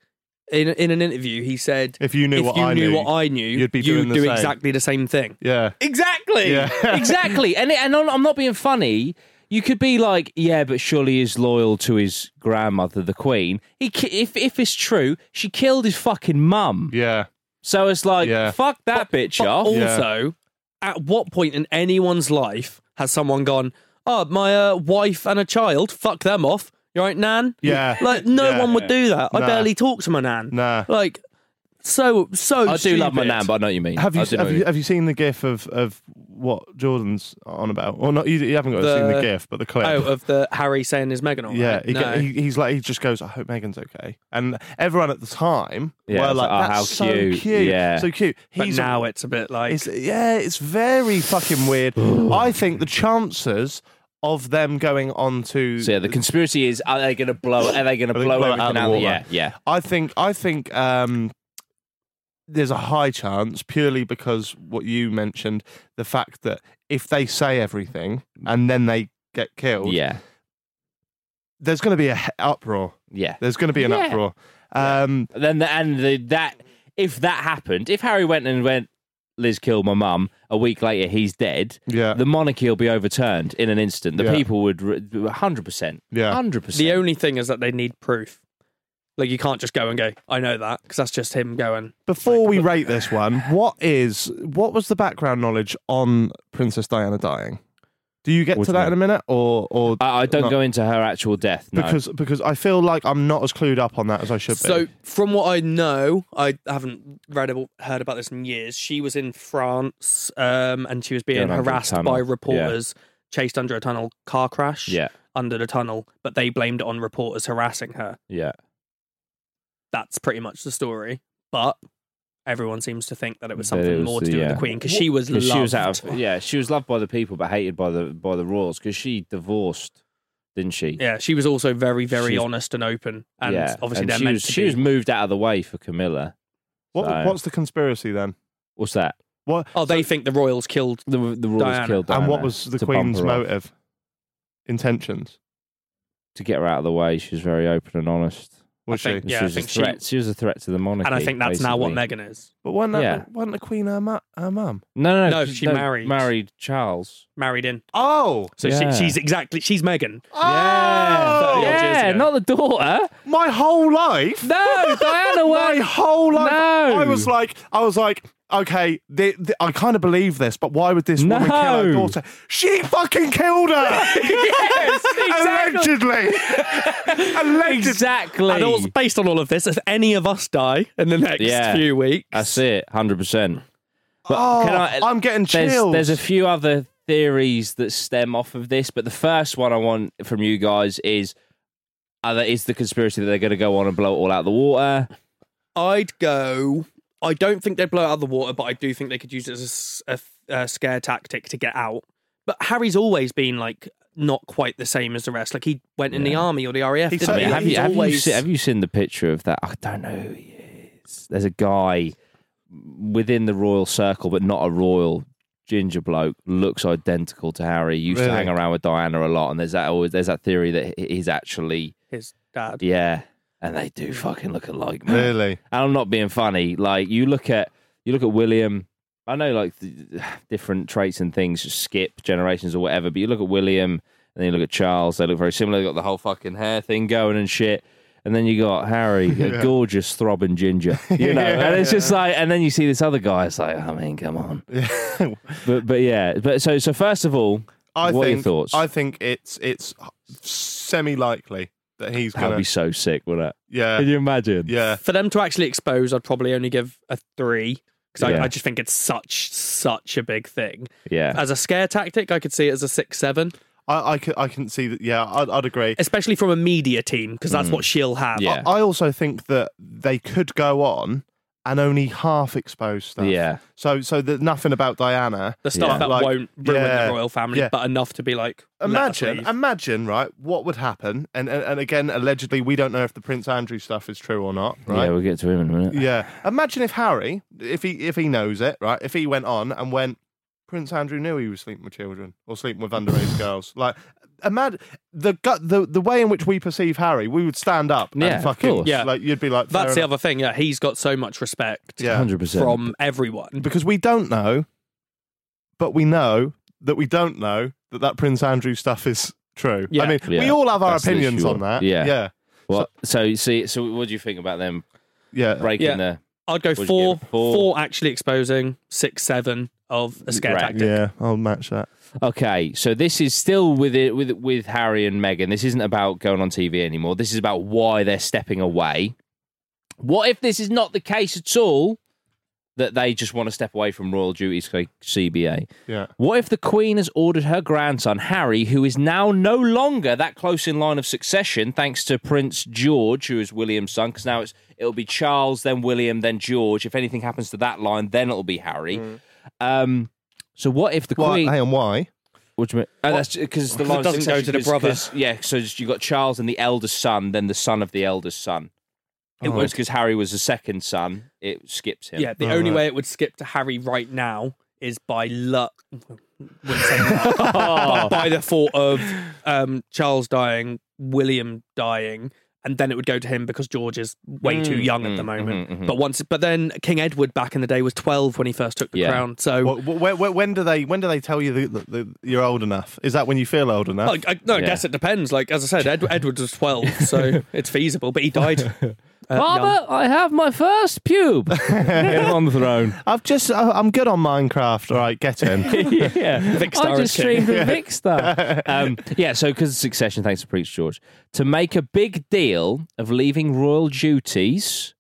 [SPEAKER 4] In in an interview, he said,
[SPEAKER 1] If you knew what I knew,
[SPEAKER 4] what I knew,
[SPEAKER 1] you'd be doing the
[SPEAKER 4] do
[SPEAKER 1] same."
[SPEAKER 4] exactly the same thing."
[SPEAKER 1] yeah.
[SPEAKER 5] Exactly.
[SPEAKER 1] Yeah.
[SPEAKER 5] exactly. And and I'm I'm not being funny. You could be like, yeah, but surely he's loyal to his grandmother, the Queen. He, ki- if if it's true, she killed his fucking mum.
[SPEAKER 1] Yeah.
[SPEAKER 5] So it's like,
[SPEAKER 1] Yeah.
[SPEAKER 5] fuck that bitch
[SPEAKER 4] But
[SPEAKER 5] off.
[SPEAKER 4] also, at what point in anyone's life has someone gone, oh, my uh, wife and a child, fuck them off. You right, Nan?
[SPEAKER 1] Yeah.
[SPEAKER 4] Like, no
[SPEAKER 1] Yeah.
[SPEAKER 4] one would do that. I
[SPEAKER 1] Nah.
[SPEAKER 4] barely talk to my Nan.
[SPEAKER 1] Nah.
[SPEAKER 4] Like, so, so
[SPEAKER 5] I do love my
[SPEAKER 4] stupid.
[SPEAKER 5] nan, but I know what you mean.
[SPEAKER 1] Have you,
[SPEAKER 5] I do know
[SPEAKER 1] have
[SPEAKER 5] what
[SPEAKER 1] you have you seen the GIF of, of what Jordan's on about? Or not? You, you haven't got to seen
[SPEAKER 4] The-
[SPEAKER 1] the GIF, but the clip.
[SPEAKER 4] Oh, of the Harry saying his Megan on.
[SPEAKER 1] yeah,
[SPEAKER 4] right?
[SPEAKER 1] he,
[SPEAKER 4] no.
[SPEAKER 1] get- he, he's like he just goes. I hope Megan's okay, and everyone at the time
[SPEAKER 5] Yeah,
[SPEAKER 1] were
[SPEAKER 5] it's
[SPEAKER 1] like,
[SPEAKER 5] like, "Oh,
[SPEAKER 1] "That's
[SPEAKER 5] how
[SPEAKER 1] so
[SPEAKER 5] cute."
[SPEAKER 1] cute,
[SPEAKER 5] Yeah.
[SPEAKER 1] so cute."
[SPEAKER 4] but
[SPEAKER 1] He's
[SPEAKER 4] now it's a bit like
[SPEAKER 1] It's, yeah, it's very fucking weird. I think the chances of them going on to
[SPEAKER 5] So yeah, the conspiracy is: are they going to blow? Are they going to
[SPEAKER 1] Are they
[SPEAKER 5] blow,
[SPEAKER 1] gonna blow it out
[SPEAKER 5] everything out?
[SPEAKER 1] the
[SPEAKER 5] the-
[SPEAKER 1] water?
[SPEAKER 5] yeah, yeah.
[SPEAKER 1] I think I think um, there's a high chance purely because what you mentioned, the fact that if they say everything and then they get killed,
[SPEAKER 5] Yeah,
[SPEAKER 1] there's going to be a he- uproar.
[SPEAKER 5] yeah.
[SPEAKER 1] There's going to be an uproar. Um,
[SPEAKER 5] Then the, and the, that if that happened, if Harry went and went, Liz killed my mum. A week later, he's dead.
[SPEAKER 1] Yeah.
[SPEAKER 5] the monarchy will be overturned in an instant. The
[SPEAKER 1] Yeah.
[SPEAKER 5] people would hundred percent.
[SPEAKER 1] Yeah.
[SPEAKER 5] hundred percent.
[SPEAKER 4] the only thing is that they need proof. Like you can't just go and go. I know that because that's just him going.
[SPEAKER 1] before we rate this one, what is what was the background knowledge on Princess Diana dying? Do you get
[SPEAKER 5] What
[SPEAKER 1] to
[SPEAKER 5] do you
[SPEAKER 1] that in a minute, or or
[SPEAKER 5] I, I don't
[SPEAKER 1] No.
[SPEAKER 5] go into her actual death. No.
[SPEAKER 1] because because I feel like I'm not as clued up on that as I should be.
[SPEAKER 4] So from what I know, I haven't read about, heard about this in years. She was in France, um, and she was being
[SPEAKER 5] Going under the
[SPEAKER 4] harassed
[SPEAKER 5] tunnel.
[SPEAKER 4] by
[SPEAKER 5] Yeah.
[SPEAKER 4] reporters, chased under a tunnel, car crash,
[SPEAKER 5] yeah,
[SPEAKER 4] under the tunnel. But they blamed it on reporters harassing her.
[SPEAKER 5] yeah.
[SPEAKER 4] That's pretty much the story. But everyone seems to think that it was
[SPEAKER 5] That it
[SPEAKER 4] something
[SPEAKER 5] was
[SPEAKER 4] more to
[SPEAKER 5] the-
[SPEAKER 4] do with
[SPEAKER 5] yeah.
[SPEAKER 4] the Queen because she was
[SPEAKER 5] 'Cause
[SPEAKER 4] loved.
[SPEAKER 5] she was out of yeah. She was loved by the people, but hated by the by the royals because she divorced, didn't she?
[SPEAKER 4] Yeah, she was also very, very
[SPEAKER 5] She's-
[SPEAKER 4] honest and open, and
[SPEAKER 5] Yeah.
[SPEAKER 4] obviously
[SPEAKER 5] And
[SPEAKER 4] they're
[SPEAKER 5] she
[SPEAKER 4] meant
[SPEAKER 5] was,
[SPEAKER 4] to
[SPEAKER 5] she
[SPEAKER 4] be.
[SPEAKER 5] was moved out of the way for Camilla.
[SPEAKER 1] what,
[SPEAKER 5] so-
[SPEAKER 1] what's the conspiracy then?
[SPEAKER 5] What's that?
[SPEAKER 1] What
[SPEAKER 4] oh, they think the royals killed.
[SPEAKER 5] The the royals
[SPEAKER 4] Diana.
[SPEAKER 5] killed Diana
[SPEAKER 1] and what was the
[SPEAKER 5] to bump
[SPEAKER 1] Queen's
[SPEAKER 5] her off.
[SPEAKER 1] motive? Intentions
[SPEAKER 5] to get her out of the way? She was very open and honest.
[SPEAKER 1] was
[SPEAKER 4] think-
[SPEAKER 1] she?
[SPEAKER 4] Yeah,
[SPEAKER 5] she
[SPEAKER 4] I
[SPEAKER 5] was
[SPEAKER 4] think
[SPEAKER 5] a
[SPEAKER 4] she-
[SPEAKER 5] threat. She... was a threat to the monarchy.
[SPEAKER 4] And I think that's now what
[SPEAKER 5] basically.
[SPEAKER 4] Meghan is.
[SPEAKER 1] But wasn't, that,
[SPEAKER 5] Yeah.
[SPEAKER 1] wasn't the Queen her, mu- her mum?
[SPEAKER 5] No, no,
[SPEAKER 4] No,
[SPEAKER 5] 'cause
[SPEAKER 4] she married.
[SPEAKER 5] married Charles.
[SPEAKER 4] Married in.
[SPEAKER 1] Oh,
[SPEAKER 4] So
[SPEAKER 5] Yeah.
[SPEAKER 4] she, she's exactly, she's Megan.
[SPEAKER 5] Yeah,
[SPEAKER 4] Oh!
[SPEAKER 5] yeah,
[SPEAKER 4] Yeah.
[SPEAKER 5] not the daughter.
[SPEAKER 1] my whole life.
[SPEAKER 5] No, Diana
[SPEAKER 1] my
[SPEAKER 5] was.
[SPEAKER 1] whole life.
[SPEAKER 5] No.
[SPEAKER 1] I was like, I was like, okay, th th I kind of believe this, but why would this woman kill her
[SPEAKER 5] No.
[SPEAKER 1] daughter? She fucking killed her.
[SPEAKER 5] Yes, exactly.
[SPEAKER 1] Allegedly. Allegedly.
[SPEAKER 5] exactly.
[SPEAKER 4] And also, based on all of this, if any of us die in the next
[SPEAKER 5] Yeah.
[SPEAKER 4] few weeks,
[SPEAKER 5] That's it, hundred percent.
[SPEAKER 1] Oh,
[SPEAKER 5] Can I-
[SPEAKER 1] I'm getting
[SPEAKER 5] there's,
[SPEAKER 1] chills.
[SPEAKER 5] There's a few other theories that stem off of this, but the first one I want from you guys is uh, that is the conspiracy that they're going to go on and blow it all out the water.
[SPEAKER 4] I'd go. I don't think they'd blow it out of the water, but I do think they could use it as a s- a, f- a scare tactic to get out. But Harry's always been like not quite the same as the rest. Like he went in the
[SPEAKER 5] Yeah.
[SPEAKER 4] army or the RAF.
[SPEAKER 1] He's
[SPEAKER 4] Didn't
[SPEAKER 1] so-
[SPEAKER 5] I
[SPEAKER 4] he?
[SPEAKER 5] mean,
[SPEAKER 1] yeah,
[SPEAKER 5] have,
[SPEAKER 4] He's
[SPEAKER 5] you, have, you
[SPEAKER 4] always-
[SPEAKER 5] seen, have you seen the picture of that? I don't know who he is. There's a guy within the royal circle, but not a royal ginger bloke. Looks identical to Harry. Used to
[SPEAKER 1] Really?
[SPEAKER 5] hang around with Diana a lot, and there's that always there's that theory that he- he's actually
[SPEAKER 4] his dad?
[SPEAKER 5] yeah, and they do fucking look alike, man.
[SPEAKER 1] really.
[SPEAKER 5] And I'm not being funny. Like you look at you look at William. I know like the, different traits and things skip generations or whatever, but you look at William and then you look at Charles. They look very similar. They got the whole fucking hair thing going and shit. And then you got Harry, a gorgeous throbbing ginger, you know. And it's just like, and then you see this other guy. It's like, I mean, come on. but but yeah, but so so first of all,
[SPEAKER 1] I
[SPEAKER 5] what are
[SPEAKER 1] think.
[SPEAKER 5] your thoughts?
[SPEAKER 1] I think it's it's semi likely that he's
[SPEAKER 5] that would
[SPEAKER 1] gonna.
[SPEAKER 5] be so sick, wouldn't it? Can
[SPEAKER 1] yeah.
[SPEAKER 5] you imagine?
[SPEAKER 1] Yeah.
[SPEAKER 4] For them to actually expose, I'd probably only give a three because
[SPEAKER 5] Yeah.
[SPEAKER 4] I, I just think it's such such a big thing.
[SPEAKER 5] yeah.
[SPEAKER 4] As a scare tactic, I could see it as a six seven,
[SPEAKER 1] I, I can I can see that. Yeah, I'd, I'd agree.
[SPEAKER 4] especially from a media team because that's what she'll have.
[SPEAKER 5] Mm. Yeah.
[SPEAKER 1] I also think that they could go on and only half expose stuff.
[SPEAKER 5] Yeah.
[SPEAKER 1] So so there's nothing about Diana.
[SPEAKER 4] The stuff
[SPEAKER 5] Yeah.
[SPEAKER 4] that
[SPEAKER 1] Like,
[SPEAKER 4] won't ruin
[SPEAKER 1] yeah,
[SPEAKER 4] the royal family,
[SPEAKER 1] yeah.
[SPEAKER 4] but enough to be like let us
[SPEAKER 1] Imagine,
[SPEAKER 4] leave.
[SPEAKER 1] imagine, right? What would happen? And, and and again, allegedly, we don't know if the Prince Andrew stuff is true or not,
[SPEAKER 5] Yeah,
[SPEAKER 1] right?
[SPEAKER 5] we'll get to him in a minute.
[SPEAKER 1] Yeah. Imagine if Harry, if he if he knows it, right? If he went on and went, Prince Andrew knew he was sleeping with children or sleeping with underage girls. Like, imagine the gut, the the way in which we perceive Harry, we would stand up
[SPEAKER 5] Yeah,
[SPEAKER 1] and
[SPEAKER 5] of
[SPEAKER 1] fucking
[SPEAKER 5] course.
[SPEAKER 4] Yeah.
[SPEAKER 1] like you'd be like,
[SPEAKER 4] That's the
[SPEAKER 1] fair
[SPEAKER 4] other thing. Yeah, he's got so much respect
[SPEAKER 1] enough. yeah,
[SPEAKER 5] 100%.
[SPEAKER 4] from everyone.
[SPEAKER 1] because we don't know, but we know that we don't know that that Prince Andrew stuff is True.
[SPEAKER 4] Yeah.
[SPEAKER 1] I mean, we
[SPEAKER 5] Yeah,
[SPEAKER 1] all have our
[SPEAKER 5] that's the
[SPEAKER 1] opinions
[SPEAKER 5] issue.
[SPEAKER 1] on that.
[SPEAKER 5] Yeah.
[SPEAKER 1] Yeah.
[SPEAKER 5] What? So, you see, so what do you think about them
[SPEAKER 1] Yeah.
[SPEAKER 5] breaking
[SPEAKER 4] Yeah.
[SPEAKER 5] the?
[SPEAKER 4] I'd go
[SPEAKER 5] What'd you
[SPEAKER 4] four,
[SPEAKER 5] give it? Four?
[SPEAKER 4] four, actually exposing, six, seven of a scare
[SPEAKER 5] Right.
[SPEAKER 4] tactic.
[SPEAKER 1] Yeah, I'll match that.
[SPEAKER 5] Okay, so this is still with it with with Harry and Meghan. This isn't about going on TV anymore. This is about why they're stepping away. What if this is not the case at all? That they just want to step away from royal duties, like CBA.
[SPEAKER 1] Yeah.
[SPEAKER 5] What if the Queen has ordered her grandson, Harry, who is now no longer that close in line of succession, thanks to Prince George, who is William's son, because now it's, it'll be Charles, then William, then George. If anything happens to that line, then it'll be Harry. Um, so what if the
[SPEAKER 1] Why?
[SPEAKER 5] Queen.
[SPEAKER 1] Hang on, why?
[SPEAKER 5] What do you mean? Oh, that's because the
[SPEAKER 4] Because it
[SPEAKER 5] line of
[SPEAKER 4] doesn't go
[SPEAKER 5] succession
[SPEAKER 4] to the
[SPEAKER 5] is-
[SPEAKER 4] brother.
[SPEAKER 5] 'cause- Yeah, so you got Charles and the eldest son, then the son of the eldest son. It
[SPEAKER 1] Oh.
[SPEAKER 5] was because Harry was the second son. It skips him.
[SPEAKER 4] Yeah, the
[SPEAKER 1] Oh,
[SPEAKER 4] only
[SPEAKER 1] right.
[SPEAKER 4] way it would skip to Harry right now is by luck. by, by the thought of um, Charles dying, William dying, and then it would go to him because George is way too
[SPEAKER 5] Mm,
[SPEAKER 4] young at the
[SPEAKER 5] mm-hmm,
[SPEAKER 4] moment. But once, but then King Edward back in the day was twelve when he first took the
[SPEAKER 5] Yeah.
[SPEAKER 4] crown. So
[SPEAKER 1] Wh- wh- wh- wh- when do they when do they tell you that that- that you're old enough? Is that when you feel old enough?
[SPEAKER 4] Like, I, no, I
[SPEAKER 5] Yeah.
[SPEAKER 4] guess it depends. Like as I said, Ed, Edward was twelve, so it's feasible. But he died. Uh, young.
[SPEAKER 5] I have my first pube on the throne.
[SPEAKER 1] I've just I- I'm good on Minecraft. All right, get in.
[SPEAKER 5] yeah,
[SPEAKER 4] Vic Star
[SPEAKER 5] I
[SPEAKER 4] is
[SPEAKER 5] just
[SPEAKER 4] king.
[SPEAKER 5] streamed with Vic Star. um, yeah, so because of Succession, thanks to Preach George, to make a big deal of leaving royal duties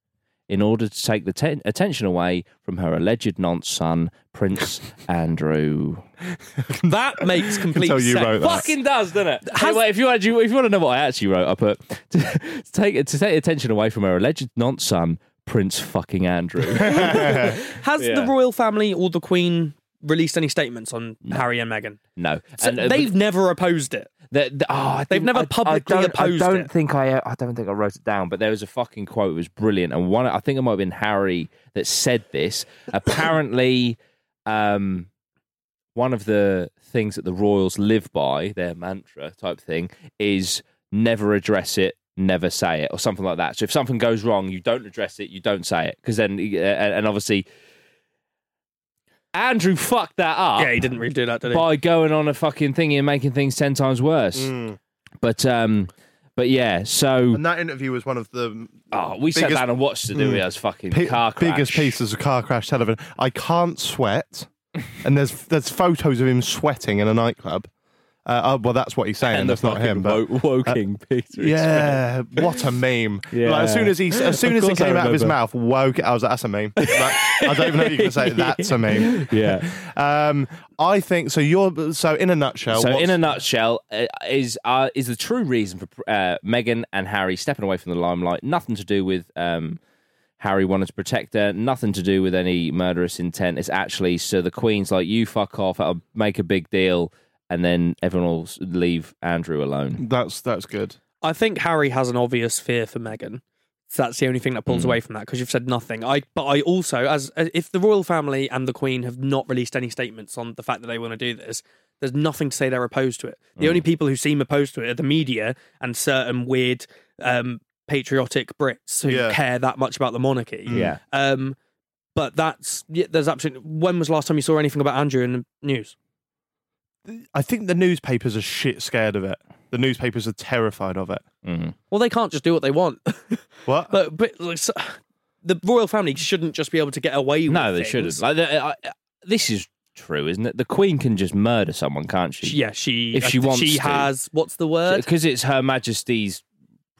[SPEAKER 5] in order to take the ten- attention away from her alleged nonce son, Prince Andrew.
[SPEAKER 4] that makes complete
[SPEAKER 1] tell you
[SPEAKER 4] sense.
[SPEAKER 1] wrote that.
[SPEAKER 5] Fucking does, doesn't it? Anyway, if you want, to- if you want to know what I actually wrote, I put to, to take to take attention away from her alleged nonce son, Prince fucking Andrew.
[SPEAKER 4] Has the royal family or the Queen released any statements on Harry and Meghan?
[SPEAKER 5] no,
[SPEAKER 4] So
[SPEAKER 5] uh,
[SPEAKER 4] they've never opposed it.
[SPEAKER 5] The, the, oh, I
[SPEAKER 4] They've
[SPEAKER 5] didn't-
[SPEAKER 4] never
[SPEAKER 5] I- I
[SPEAKER 4] publicly
[SPEAKER 5] don't-
[SPEAKER 4] opposed
[SPEAKER 5] I don't
[SPEAKER 4] it.
[SPEAKER 5] think I. I don't think I wrote it down, but there was a fucking quote. that was brilliant, and one. I think it might have been Harry that said this. Apparently, um, one of the things that the royals live by, their mantra type thing, is never address it, never say it, or something like that. So if something goes wrong, you don't address it, you don't say it, because then, uh, and obviously. Andrew fucked that up
[SPEAKER 4] Yeah, he didn't really do that, did he?
[SPEAKER 5] by going on a fucking thingy and making things ten times worse. But um, but yeah. So
[SPEAKER 1] and that interview was one of the
[SPEAKER 5] oh, we sat
[SPEAKER 1] biggest- Mm.
[SPEAKER 5] down and watched the do as fucking
[SPEAKER 1] pi-
[SPEAKER 5] car crash.
[SPEAKER 1] biggest pieces of car crash television. I can't sweat, and there's there's photos of him sweating in a nightclub. Uh, oh, well, that's what he's saying.
[SPEAKER 5] And the
[SPEAKER 1] that's not him, but uh,
[SPEAKER 5] fucking wo- woking Peter.
[SPEAKER 1] yeah, what a meme! Like, as soon as he as soon
[SPEAKER 5] Of
[SPEAKER 1] as it
[SPEAKER 5] course I
[SPEAKER 1] came out of his
[SPEAKER 5] remember.
[SPEAKER 1] mouth, woke. I was like, that's a meme. Like, I don't even know if you can say that's a meme.
[SPEAKER 5] yeah.
[SPEAKER 1] Um, I think so. You're so in a nutshell.
[SPEAKER 5] So
[SPEAKER 1] what's-
[SPEAKER 5] in a nutshell, uh, is uh, is the true reason for uh, Meghan and Harry stepping away from the limelight? Nothing to do with um, Harry wanted to protect her. Nothing to do with any murderous intent. It's actually so the Queen's like, you fuck off. I'll make a big deal, and then everyone will s- leave Andrew alone.
[SPEAKER 1] that's that's good.
[SPEAKER 4] I think Harry has an obvious fear for Meghan. So that's the only thing that pulls away from that because you've said nothing. I but I also as if the royal family and the Queen have not released any statements on the fact that they want to do this. There's nothing to say they're opposed to it. The only people who seem opposed to it are the media and certain weird um, patriotic Brits who
[SPEAKER 1] Yeah.
[SPEAKER 4] care that much about the monarchy.
[SPEAKER 5] Yeah.
[SPEAKER 4] Um, but that's yeah, there's absolutely. When was the last time you saw anything about Andrew in the news?
[SPEAKER 1] I think the newspapers are shit scared of it. The newspapers are terrified of it.
[SPEAKER 4] Well, they can't just do what they want.
[SPEAKER 1] What?
[SPEAKER 4] But but like, so, the royal family shouldn't just be able to get away. with
[SPEAKER 5] No, they
[SPEAKER 4] things.
[SPEAKER 5] shouldn't. Like, the- I, I- this is true, isn't it? The Queen can just murder someone, can't she?
[SPEAKER 4] yeah, she
[SPEAKER 5] If she
[SPEAKER 4] I-
[SPEAKER 5] wants
[SPEAKER 4] she
[SPEAKER 5] to.
[SPEAKER 4] has what's the word?
[SPEAKER 5] because it's Her Majesty's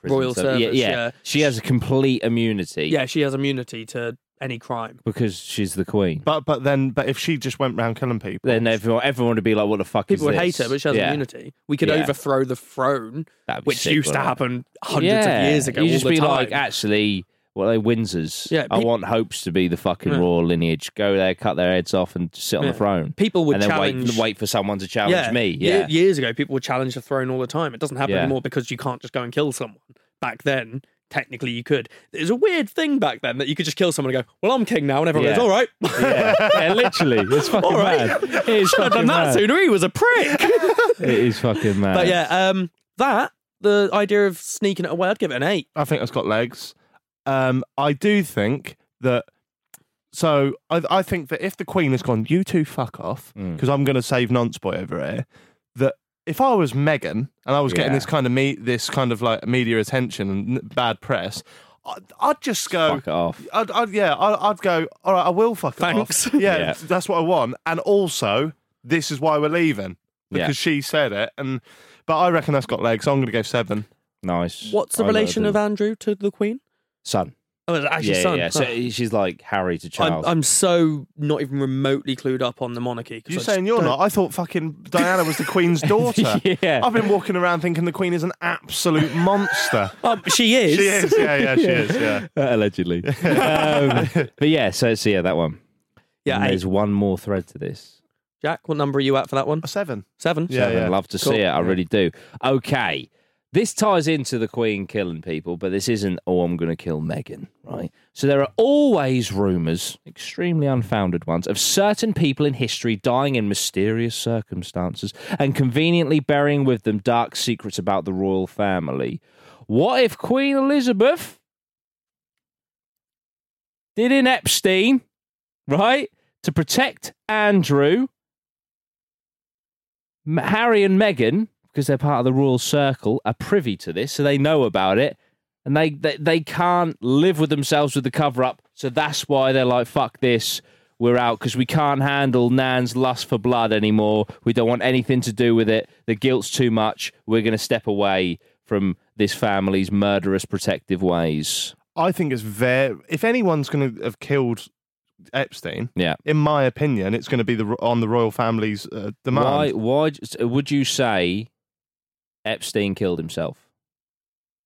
[SPEAKER 5] prison
[SPEAKER 4] Royal
[SPEAKER 5] service.
[SPEAKER 4] service,
[SPEAKER 5] Yeah,
[SPEAKER 4] yeah.
[SPEAKER 5] she has a complete immunity.
[SPEAKER 4] yeah, she has immunity to any crime.
[SPEAKER 5] because she's the Queen.
[SPEAKER 1] But but then but if she just went round killing people,
[SPEAKER 5] Then everyone, everyone would be like, "What the fuck
[SPEAKER 4] People
[SPEAKER 5] is
[SPEAKER 4] would
[SPEAKER 5] this?"
[SPEAKER 4] hate her, but she has
[SPEAKER 5] Yeah.
[SPEAKER 4] immunity. We could
[SPEAKER 5] Yeah.
[SPEAKER 4] overthrow the throne,
[SPEAKER 5] That'd be
[SPEAKER 4] which
[SPEAKER 5] sick,
[SPEAKER 4] used to
[SPEAKER 5] wouldn't it?
[SPEAKER 4] happen hundreds
[SPEAKER 5] Yeah.
[SPEAKER 4] of years ago.
[SPEAKER 5] You
[SPEAKER 4] all
[SPEAKER 5] just
[SPEAKER 4] the
[SPEAKER 5] be
[SPEAKER 4] time.
[SPEAKER 5] like, actually, what are they Windsors?
[SPEAKER 4] Yeah,
[SPEAKER 5] I
[SPEAKER 4] pe-
[SPEAKER 5] want Hopes to be the fucking royal lineage. Go there, cut their heads off, and sit on the
[SPEAKER 4] Yeah.
[SPEAKER 5] throne.
[SPEAKER 4] People would
[SPEAKER 5] and then wait,
[SPEAKER 4] challenge-
[SPEAKER 5] wait for someone to challenge
[SPEAKER 4] yeah,
[SPEAKER 5] "Ah, me.
[SPEAKER 4] Ye-
[SPEAKER 5] Yeah,
[SPEAKER 4] years ago, people would challenge the throne all the time. It doesn't happen
[SPEAKER 5] Yeah.
[SPEAKER 4] anymore because you can't just go and kill someone. Back then, technically, you could. It was a weird thing back then that you could just kill someone and go, "Well, I'm king now," and everyone
[SPEAKER 5] Yeah.
[SPEAKER 4] goes, "All right."
[SPEAKER 5] yeah. yeah, literally, it's fucking
[SPEAKER 4] All right.
[SPEAKER 5] mad. It is
[SPEAKER 4] Should have
[SPEAKER 5] fucking
[SPEAKER 4] done that
[SPEAKER 5] mad.
[SPEAKER 4] sooner. He was a prick.
[SPEAKER 5] It is fucking mad.
[SPEAKER 4] but yeah, um, that the idea of sneaking it away, I'd give it an eight.
[SPEAKER 1] I think that's got legs. Um, I do think that. So I, I
[SPEAKER 5] Mm.
[SPEAKER 1] think that if the Queen has gone, you two fuck off, because I'm going to save Nonce Boy over here. That if I was Megan and I was getting
[SPEAKER 5] Yeah.
[SPEAKER 1] this kind of me, this kind of like media attention and n- bad press, I'd, I'd just
[SPEAKER 4] um,
[SPEAKER 1] go.
[SPEAKER 5] Fuck off.
[SPEAKER 1] I'd, I'd yeah, I'd, I'd go. All right, I will fuck
[SPEAKER 4] Thanks.
[SPEAKER 1] off. Yeah,
[SPEAKER 5] Yeah.
[SPEAKER 1] that's what I want. And also, this is why we're leaving
[SPEAKER 5] Yeah.
[SPEAKER 1] because she said it. And but I reckon that's got legs. I'm going to go seven.
[SPEAKER 5] Nice.
[SPEAKER 4] What's the
[SPEAKER 5] I
[SPEAKER 4] relation
[SPEAKER 5] love
[SPEAKER 4] of
[SPEAKER 5] it.
[SPEAKER 4] Andrew to the Queen?
[SPEAKER 5] son?
[SPEAKER 4] Oh, it's actually
[SPEAKER 5] yeah,
[SPEAKER 4] son.
[SPEAKER 5] yeah.
[SPEAKER 4] Oh.
[SPEAKER 5] So she's like Harry to
[SPEAKER 4] I'm,
[SPEAKER 5] Charles.
[SPEAKER 4] I'm so not even remotely clued up on the monarchy. 'cause
[SPEAKER 1] You
[SPEAKER 4] I
[SPEAKER 1] saying
[SPEAKER 4] just
[SPEAKER 1] you're
[SPEAKER 4] don't-
[SPEAKER 1] not? I thought fucking Diana was the Queen's daughter.
[SPEAKER 5] Yeah.
[SPEAKER 1] I've been walking around thinking the Queen is an absolute monster.
[SPEAKER 4] Oh, she is.
[SPEAKER 1] she is. Yeah, yeah, she is. Yeah.
[SPEAKER 5] allegedly. um, but yeah, so, so yeah, that one.
[SPEAKER 4] Yeah,
[SPEAKER 5] And
[SPEAKER 4] eight.
[SPEAKER 5] there's one more thread to this.
[SPEAKER 4] Jack, what number are you at for that one?
[SPEAKER 1] A seven.
[SPEAKER 4] Seven.
[SPEAKER 1] Yeah,
[SPEAKER 5] I'd love to
[SPEAKER 4] Cool.
[SPEAKER 5] see it. I really do. Okay. This ties into the Queen killing people, but this isn't, oh, I'm going to kill Meghan, right? So there are always rumours, extremely unfounded ones, of certain people in history dying in mysterious circumstances and conveniently burying with them dark secrets about the royal family. What if Queen Elizabeth did in Epstein, right, to protect Andrew? M- Harry and Meghan, because they're part of the royal circle, are privy to this, so they know about it, and they they, they can't live with themselves with the cover up. So that's why they're like, "Fuck this, we're out," because we can't handle Nan's lust for blood anymore. We don't want anything to do with it. The guilt's too much. We're going to step away from this family's murderous protective ways.
[SPEAKER 1] I think it's very. If anyone's going to have killed Epstein,
[SPEAKER 5] Yeah.
[SPEAKER 1] in my opinion, it's going to be the on the royal family's uh, demand.
[SPEAKER 5] Why? Why j- would you say Epstein killed himself?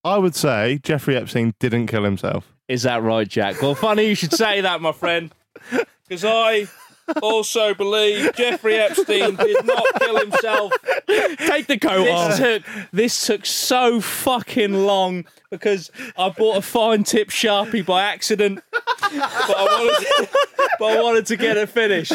[SPEAKER 1] I would say Jeffrey Epstein didn't kill himself.
[SPEAKER 5] Is that right, Jack? Well, funny you should say that, my friend, because I also believe Jeffrey Epstein did not kill himself.
[SPEAKER 4] Take the coat
[SPEAKER 5] This
[SPEAKER 4] off.
[SPEAKER 5] took this took so fucking long because I bought a fine tip sharpie by accident, but I wanted to, but I wanted to get it finished.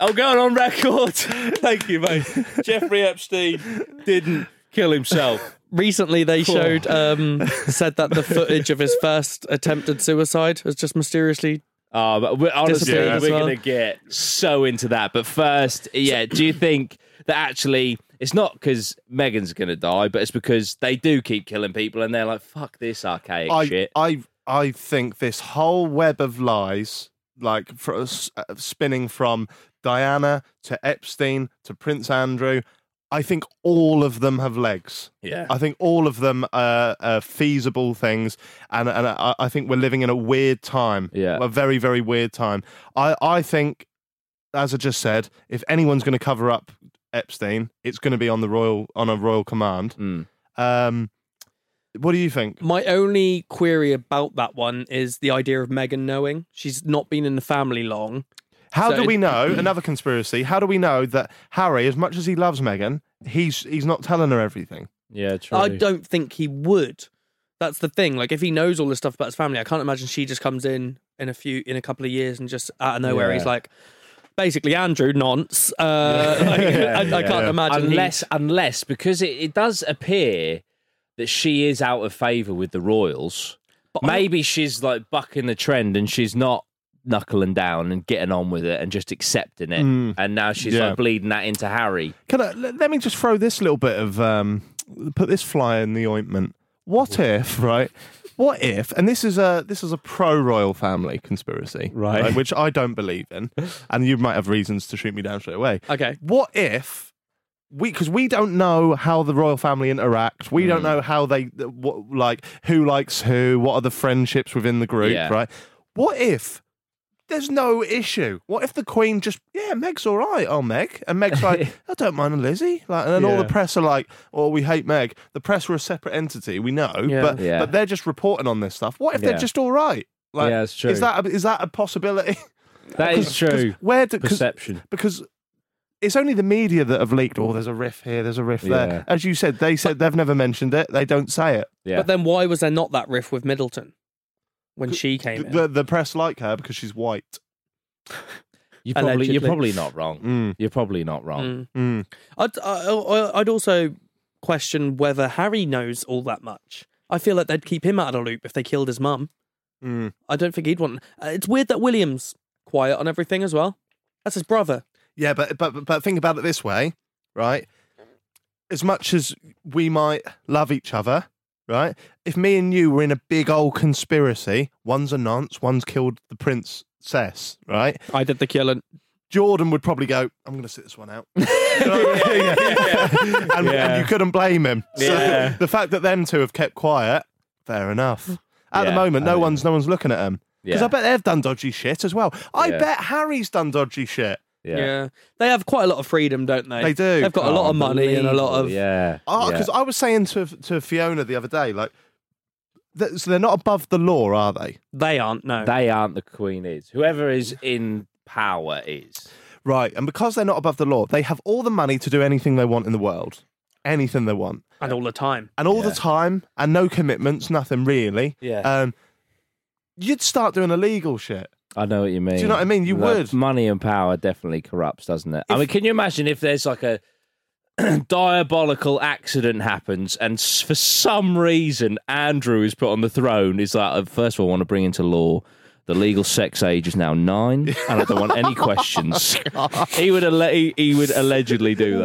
[SPEAKER 5] I'm going on record. Thank you, mate. Jeffrey Epstein didn't kill himself.
[SPEAKER 4] Recently, they showed um, said that the footage of his first attempted suicide has just mysteriously.
[SPEAKER 5] Oh, but we're, honestly,
[SPEAKER 4] Disappeared
[SPEAKER 5] we're
[SPEAKER 4] as well.
[SPEAKER 5] going to get so into that. But first, yeah, do you think that actually it's not because Megan's going to die, but it's because they do keep killing people and they're like, fuck this archaic
[SPEAKER 1] I,
[SPEAKER 5] shit.
[SPEAKER 1] I, I think this whole web of lies, like fr- s- uh, spinning from Diana to Epstein to Prince Andrew, I think all of them have legs.
[SPEAKER 5] yeah.
[SPEAKER 1] I think all of them are, are feasible things, and and I, I think we're living in a weird time.
[SPEAKER 5] Yeah.
[SPEAKER 1] a very very weird time. I I think, as I just said, if anyone's going to cover up Epstein, it's going to be on the royal on a royal command.
[SPEAKER 5] Mm.
[SPEAKER 1] Um, what do you think?
[SPEAKER 4] My only query about that one is the idea of Megan knowing she's not been in the family long.
[SPEAKER 1] How
[SPEAKER 4] So
[SPEAKER 1] do
[SPEAKER 4] it-
[SPEAKER 1] we know? Another conspiracy. How do we know that Harry, as much as he loves Meghan, he's he's not telling her everything?
[SPEAKER 5] Yeah, true.
[SPEAKER 4] I don't think he would. That's the thing. Like, if he knows all this stuff about his family, I can't imagine she just comes in in a few in a couple of years and just out of nowhere he's
[SPEAKER 5] Yeah.
[SPEAKER 4] like, basically Andrew nonce. Uh, like, I, I can't imagine he-
[SPEAKER 5] unless unless because it, it does appear that she is out of favor with the royals. Maybe she's like bucking the trend and she's not knuckling down and getting on with it and just accepting it.
[SPEAKER 4] Hmm.
[SPEAKER 5] And now she's
[SPEAKER 1] Yeah.
[SPEAKER 5] like bleeding that into Harry.
[SPEAKER 1] Can I, let let me just throw this little bit of um, put this fly in the ointment. What if, right? What if, and this is a this is a pro royal family conspiracy,
[SPEAKER 5] Right.
[SPEAKER 1] Which I don't believe in, and you might have reasons to shoot me down straight away.
[SPEAKER 4] Okay.
[SPEAKER 1] What if we because we don't know how the royal family interacts. We
[SPEAKER 5] Hmm.
[SPEAKER 1] don't know how they what like who likes who. What are the friendships within the group,
[SPEAKER 5] Yeah.
[SPEAKER 1] right? What if there's no issue? What if the Queen just yeah, Meg's all right. Oh, Meg, and Meg's like I don't mind Lizzie. Like, and then all the
[SPEAKER 4] Yeah.
[SPEAKER 1] press are like, oh, we hate Meg. The press were a separate entity. We know,
[SPEAKER 4] Yeah.
[SPEAKER 1] but
[SPEAKER 5] Yeah.
[SPEAKER 1] but they're just reporting on this stuff. What if
[SPEAKER 5] Yeah.
[SPEAKER 1] they're just all right? Like,
[SPEAKER 5] Yeah, it's true.
[SPEAKER 1] Is that a, is that a possibility?
[SPEAKER 5] That
[SPEAKER 4] Uh,
[SPEAKER 1] 'Cause- 'cause Where do, 'cause-
[SPEAKER 5] Perception.
[SPEAKER 1] because it's only the media that have leaked. Oh, there's a riff here, there's a riff
[SPEAKER 5] Yeah.
[SPEAKER 1] there. As you said, they said they've never mentioned it. They don't say it.
[SPEAKER 5] Yeah.
[SPEAKER 4] But then why was there not that riff with Middleton when she came in?
[SPEAKER 1] The, the press like her because she's white.
[SPEAKER 5] you're, probably, you're
[SPEAKER 4] Allegedly.
[SPEAKER 5] probably not wrong.
[SPEAKER 1] Mm.
[SPEAKER 5] You're probably not wrong.
[SPEAKER 4] Mm. I'd, I, I- I'd also question whether Harry knows all that much. I feel like they'd keep him out of the loop if they killed his mum.
[SPEAKER 1] Mm.
[SPEAKER 4] I don't think he'd want. Uh, it's weird that William's quiet on everything as well. That's his brother.
[SPEAKER 1] Yeah, but, but but think about it this way, right? as much as we might love each other, right? If me and you were in a big old conspiracy, one's a nonce, one's killed the princess, right?
[SPEAKER 4] I did the killing.
[SPEAKER 1] Jordan would probably go, I'm going to sit this one out. You know what I mean? And, and you couldn't blame him. So
[SPEAKER 5] Yeah.
[SPEAKER 1] the fact that them two have kept quiet, fair enough. At the
[SPEAKER 5] Yeah,
[SPEAKER 1] moment,
[SPEAKER 5] I
[SPEAKER 1] no
[SPEAKER 5] mean-
[SPEAKER 1] one's no one's looking at them. Because
[SPEAKER 5] Yeah.
[SPEAKER 1] I bet they've done dodgy shit as well. I
[SPEAKER 5] Yeah.
[SPEAKER 1] bet Harry's done dodgy shit.
[SPEAKER 5] Yeah. Oh,
[SPEAKER 4] They have quite a lot of freedom, don't they?
[SPEAKER 1] They do.
[SPEAKER 4] They've got a lot of money and a lot of. Ah,
[SPEAKER 5] yeah.
[SPEAKER 1] Oh,
[SPEAKER 5] yeah.
[SPEAKER 1] because I was saying to to Fiona the other day, like, th- so they're not above the law, are they?
[SPEAKER 4] They aren't, no.
[SPEAKER 5] they aren't the queen is. Whoever is in power is.
[SPEAKER 1] Right, and because they're not above the law, they have all the money to do anything they want in the world, anything they want,
[SPEAKER 4] and all the time.
[SPEAKER 1] and all
[SPEAKER 5] Yeah.
[SPEAKER 1] the time, and no commitments, nothing really.
[SPEAKER 5] Yeah.
[SPEAKER 1] Um, you'd start doing illegal shit.
[SPEAKER 5] I know what you mean.
[SPEAKER 1] you know what I mean? You would.
[SPEAKER 5] Money and power definitely corrupts, doesn't it? I mean, can you imagine if there's like a diabolical accident happens and s- for some reason Andrew is put on the throne? Is like, uh, first of all, I want to bring into law. The legal sex age is now nine, and I don't want any questions.
[SPEAKER 1] Oh
[SPEAKER 5] he would alle- he, he would allegedly do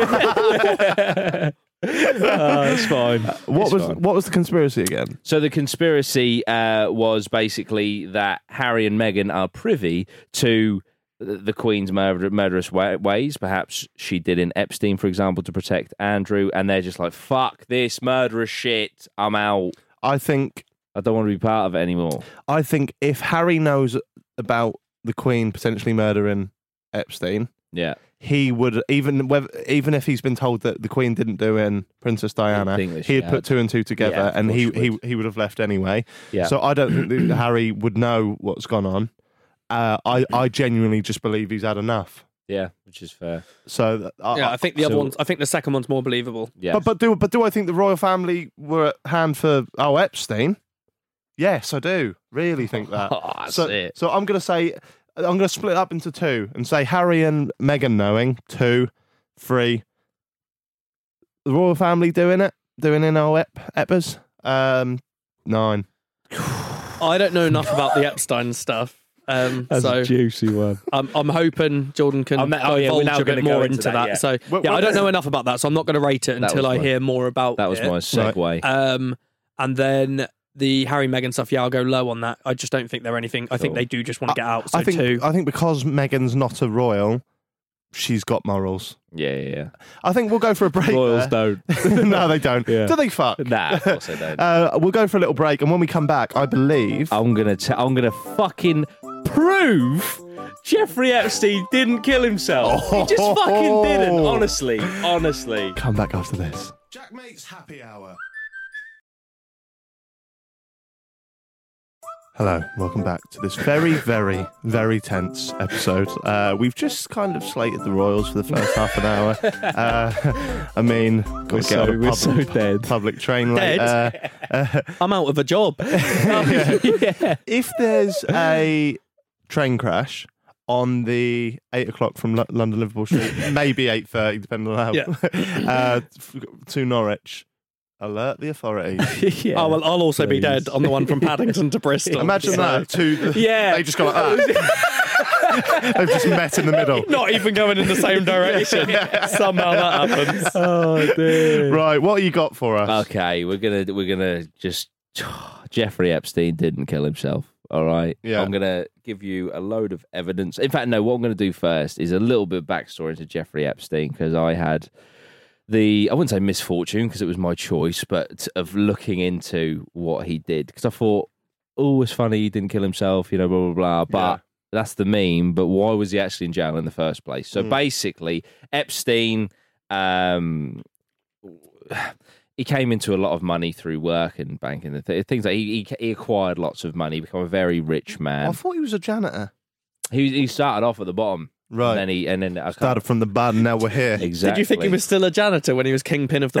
[SPEAKER 5] that. Oh, that's fine.
[SPEAKER 1] What
[SPEAKER 5] It's
[SPEAKER 1] was
[SPEAKER 5] fine.
[SPEAKER 1] what was the conspiracy again?
[SPEAKER 5] So the conspiracy uh, was basically that Harry and Meghan are privy to th- the Queen's murder- murderous wa- ways. Perhaps she did in Epstein, for example, to protect Andrew, and they're just like, "Fuck this murderous shit! I'm out.
[SPEAKER 1] I think
[SPEAKER 5] I don't want to be part of it anymore."
[SPEAKER 1] I think if Harry knows about the Queen potentially murdering Epstein,
[SPEAKER 5] Yeah,
[SPEAKER 1] he would even whether, even if he's been told that the Queen didn't do in Princess Diana,
[SPEAKER 5] think that
[SPEAKER 1] he'd
[SPEAKER 5] she
[SPEAKER 1] put
[SPEAKER 5] had.
[SPEAKER 1] two and two together,
[SPEAKER 5] Yeah, of
[SPEAKER 1] and he,
[SPEAKER 5] course she
[SPEAKER 1] he
[SPEAKER 5] would.
[SPEAKER 1] he would have left anyway.
[SPEAKER 5] yeah.
[SPEAKER 1] So I don't think that Harry would know what's gone on. Uh, I
[SPEAKER 5] Mm-hmm.
[SPEAKER 1] I genuinely just believe he's had enough.
[SPEAKER 5] yeah, which is fair.
[SPEAKER 1] So that-
[SPEAKER 5] Oh,
[SPEAKER 1] I,
[SPEAKER 4] Yeah,
[SPEAKER 1] I-
[SPEAKER 4] I think the other
[SPEAKER 5] So-
[SPEAKER 4] one's. I think the second one's more believable.
[SPEAKER 5] Yeah,
[SPEAKER 1] but but do but do I think the royal family were at hand for oh Epstein? Yes, I do really think that.
[SPEAKER 4] Oh,
[SPEAKER 5] That's
[SPEAKER 1] so
[SPEAKER 5] it.
[SPEAKER 1] so I'm gonna say I'm gonna split it up into two and say Harry and Meghan knowing two, three. The royal family doing it, doing in our ep eppers. Um, nine.
[SPEAKER 4] I don't know enough about the Epstein stuff. Um, so
[SPEAKER 1] juicy one.
[SPEAKER 4] I'm, I'm hoping Jordan can
[SPEAKER 5] I'm- oh, yeah, we're
[SPEAKER 4] bulge
[SPEAKER 5] now
[SPEAKER 4] a
[SPEAKER 5] gonna
[SPEAKER 4] bit
[SPEAKER 5] go
[SPEAKER 4] more
[SPEAKER 5] into
[SPEAKER 4] into
[SPEAKER 5] that,
[SPEAKER 4] that.
[SPEAKER 5] yeah.
[SPEAKER 4] So
[SPEAKER 1] Well,
[SPEAKER 4] yeah,
[SPEAKER 1] well,
[SPEAKER 4] I don't know enough about that, so I'm not going to rate it
[SPEAKER 5] That
[SPEAKER 4] until
[SPEAKER 5] was
[SPEAKER 4] I
[SPEAKER 5] my-
[SPEAKER 4] hear more about.
[SPEAKER 5] that was
[SPEAKER 4] it.
[SPEAKER 5] my segue.
[SPEAKER 4] Um, and then the Harry Meghan stuff. Yeah, I'll go low on that. I just don't think they're anything. I think
[SPEAKER 5] Cool.
[SPEAKER 4] they do just want to get out. So
[SPEAKER 1] I think
[SPEAKER 4] two.
[SPEAKER 1] I think because Meghan's not a royal, she's got morals.
[SPEAKER 5] Yeah, yeah,
[SPEAKER 1] I think we'll go for a break.
[SPEAKER 5] yeah. Royals
[SPEAKER 1] there.
[SPEAKER 5] don't.
[SPEAKER 1] no, they don't.
[SPEAKER 5] Yeah.
[SPEAKER 1] Do they fuck?
[SPEAKER 5] Nah, of course they don't.
[SPEAKER 1] Uh, we'll go for a little break, and when we come back, I believe.
[SPEAKER 5] I'm gonna t- I'm gonna fucking prove Jeffrey Epstein didn't kill himself. He just fucking didn't. Honestly, honestly.
[SPEAKER 1] Come back after this. Jack Mate's Happy Hour. Hello, welcome back to this very, very, very tense episode. Uh, we've just kind of slated the Royals for the first half an hour. Uh, I mean, got to get
[SPEAKER 5] so-
[SPEAKER 1] on a
[SPEAKER 5] we're so
[SPEAKER 1] public-
[SPEAKER 5] dead.
[SPEAKER 1] public train uh,
[SPEAKER 4] Dead?
[SPEAKER 1] right
[SPEAKER 4] I'm out of a job.
[SPEAKER 1] if there's a train crash on the eight o'clock from Lo- London Liverpool Street, maybe eight thirty, depending on how, uh, f- to Norwich, alert the authorities.
[SPEAKER 5] yeah.
[SPEAKER 4] Oh well, I'll also be dead on the one from Paddington to Bristol.
[SPEAKER 1] Imagine
[SPEAKER 4] So-
[SPEAKER 1] that. To
[SPEAKER 4] Yeah.
[SPEAKER 1] they just go like that. They've just met in the middle.
[SPEAKER 4] Not even going in the same direction. Somehow that happens.
[SPEAKER 5] oh dear.
[SPEAKER 1] Right, what you got for us?
[SPEAKER 5] Okay, we're gonna we're gonna just Jeffrey Epstein didn't kill himself. All right.
[SPEAKER 1] Yeah.
[SPEAKER 5] I'm gonna give you a load of evidence. In fact, no. What I'm gonna do first is a little bit of backstory into Jeffrey Epstein because I had the I wouldn't say misfortune because it was my choice, but of looking into what he did because I thought, oh, it's funny he didn't kill himself, you know, blah blah blah. But that's the meme. But why was he actually in jail in the first place?
[SPEAKER 4] Mm.
[SPEAKER 5] So basically, Epstein, um, he came into a lot of money through work and banking and th- things like he, he he acquired lots of money, become a very rich
[SPEAKER 1] I
[SPEAKER 5] man.
[SPEAKER 1] thought he was a janitor.
[SPEAKER 5] He he started off at the bottom,
[SPEAKER 1] Right.
[SPEAKER 5] And then he and then I can't-
[SPEAKER 1] Started from the bottom, now we're here.
[SPEAKER 5] exactly.
[SPEAKER 4] Did you think he was still a janitor when he was kingpin of the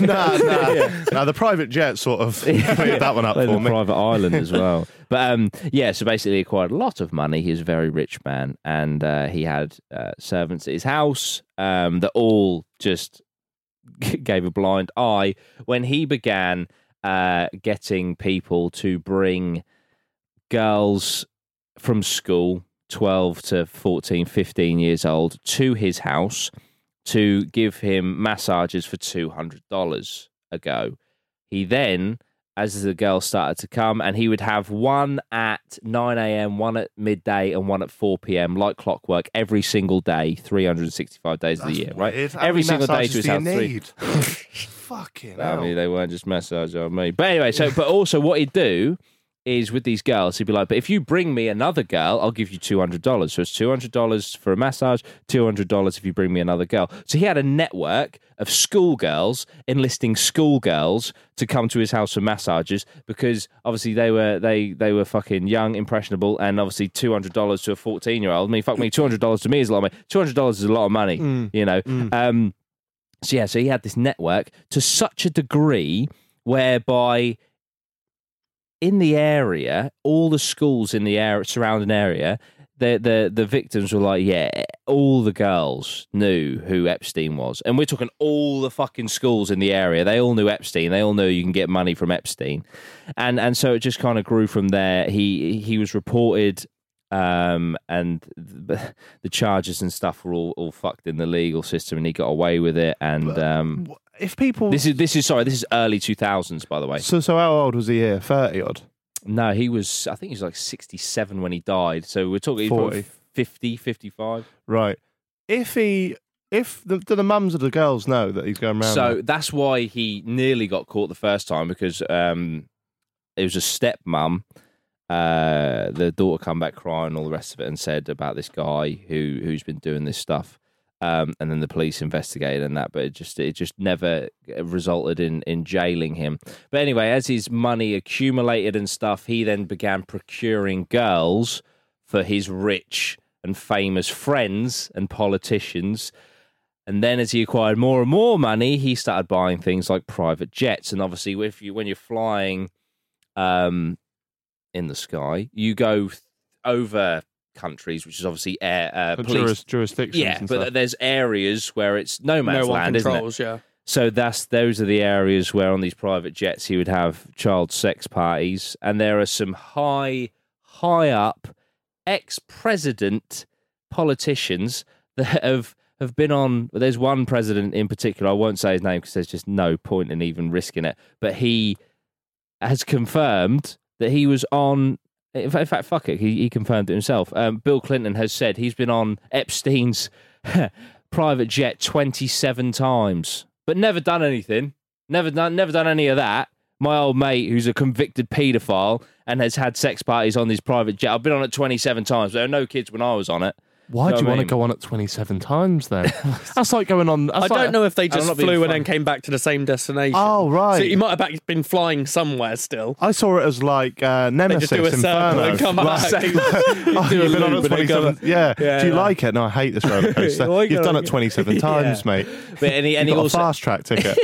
[SPEAKER 1] nah, nah. nah, the private jet sort of cleared that one up
[SPEAKER 5] Well,
[SPEAKER 1] for
[SPEAKER 5] the
[SPEAKER 1] me.
[SPEAKER 5] private island as well. But um, yeah, so basically, he acquired a lot of money. He was a very rich man, and uh, he had uh, servants at his house um, that all just gave a blind eye when he began uh, getting people to bring girls from school, 12 to 14, 15 years old, to his house to give him massages for $200 a go. He then, as the girls started to come, and he would have one at 9 a.m., one at midday, and one at 4 p.m., like clockwork, every single day, 365 days of the year, right?
[SPEAKER 1] Weird. How many
[SPEAKER 5] Every single day to
[SPEAKER 1] massages
[SPEAKER 5] his
[SPEAKER 1] do you
[SPEAKER 5] house. three-
[SPEAKER 1] need? Fucking
[SPEAKER 5] I
[SPEAKER 1] hell.
[SPEAKER 5] mean, they weren't just massage on me. But anyway, so but also what he'd do is with these girls, he'd be like, "But if you bring me another girl, I'll give you two hundred dollars." So it's two hundred dollars for a massage, two hundred dollars if you bring me another girl. So he had a network of schoolgirls enlisting schoolgirls to come to his house for massages because obviously they were they they were fucking young, impressionable, and obviously two hundred dollars to a fourteen year old. I mean, fuck me, two hundred dollars to me is a lot of money. Two hundred dollars is a lot of money,
[SPEAKER 1] Mm.
[SPEAKER 5] you know. Um, so yeah, so he had this network to such a degree whereby in the area, all the schools in the area surrounding area, the the the victims were like, yeah, all the girls knew who Epstein was, and we're talking all the fucking schools in the area. They all knew Epstein. They all knew you can get money from Epstein, and and so it just kind of grew from there. He he was reported. Um, and the, the charges and stuff were all, all fucked in the legal system, and he got away with it. And um,
[SPEAKER 1] If people.
[SPEAKER 5] this is this is sorry, this is early two thousands, by the way.
[SPEAKER 1] so, so how old was he here? 30 odd.
[SPEAKER 5] No, he was, I think he was like 67 when he died. So we're talking he's probably
[SPEAKER 1] 40.
[SPEAKER 5] 50, 55.
[SPEAKER 1] Right. If he. If the, do the mums of the girls know that he's going around?
[SPEAKER 5] So that's why he nearly got caught the first time because um, it was a stepmom. Uh, the daughter come back crying and all the rest of it and said about this guy who who's been doing this stuff. Um, and then the police investigated and that, but it just it just never uh, resulted in in jailing him. But anyway, as his money accumulated and stuff, he then began procuring girls for his rich and famous friends and politicians and then as he acquired more and more money, he started buying things like private jets. And obviously, if you when you're flying um, in the sky, you go th- over countries, which is obviously air uh,
[SPEAKER 1] The
[SPEAKER 5] police.
[SPEAKER 1] juris, jurisdictions.
[SPEAKER 5] yeah,
[SPEAKER 1] and
[SPEAKER 5] but
[SPEAKER 1] stuff.
[SPEAKER 5] there's areas where it's no man's
[SPEAKER 4] no one
[SPEAKER 5] land, isn't it?
[SPEAKER 4] controls. Yeah.
[SPEAKER 5] So that's those are the areas where on these private jets he would have child sex parties, and there are some high, high up ex-president politicians that have have been on. There's one president in particular. I won't say his name because there's just no point in even risking it. But he has confirmed that he was on. In fact, in fact fuck it. He, he confirmed it himself. Um, Bill Clinton has said he's been on Epstein's private jet 27 times, but never done anything. Never done, never done any of that. My old mate, who's a convicted paedophile and has had sex parties on his private jet. I've been on it 27 times. There were no kids when I was on it.
[SPEAKER 1] Why
[SPEAKER 5] Do you
[SPEAKER 1] do you
[SPEAKER 5] know what I
[SPEAKER 1] want
[SPEAKER 5] mean?
[SPEAKER 1] to go on at 27 times then? that's like going on.
[SPEAKER 4] I
[SPEAKER 1] that's like-
[SPEAKER 4] don't know if they
[SPEAKER 1] I'm
[SPEAKER 4] just
[SPEAKER 1] not being
[SPEAKER 4] flew and
[SPEAKER 1] funny.
[SPEAKER 4] then came back to the same destination.
[SPEAKER 1] Oh, right.
[SPEAKER 4] So he might have back- been flying somewhere still.
[SPEAKER 5] Oh,
[SPEAKER 1] I saw it as like uh, Nemesis
[SPEAKER 4] do a circle
[SPEAKER 1] Inferno.
[SPEAKER 4] and come back.
[SPEAKER 1] Like-
[SPEAKER 4] Same-
[SPEAKER 1] Oh,
[SPEAKER 4] do a
[SPEAKER 1] you've been on
[SPEAKER 4] loop
[SPEAKER 1] at
[SPEAKER 4] and then go
[SPEAKER 1] 27. Yeah.
[SPEAKER 4] Yeah,
[SPEAKER 1] Do you
[SPEAKER 4] yeah.
[SPEAKER 1] like it? No, I hate this roller coaster.
[SPEAKER 4] Well, I
[SPEAKER 1] You've
[SPEAKER 4] gotta-
[SPEAKER 1] done it 27 times,
[SPEAKER 4] Yeah.
[SPEAKER 1] mate.
[SPEAKER 5] But and he, and
[SPEAKER 1] you
[SPEAKER 5] he
[SPEAKER 1] got
[SPEAKER 5] also
[SPEAKER 1] a fast track ticket.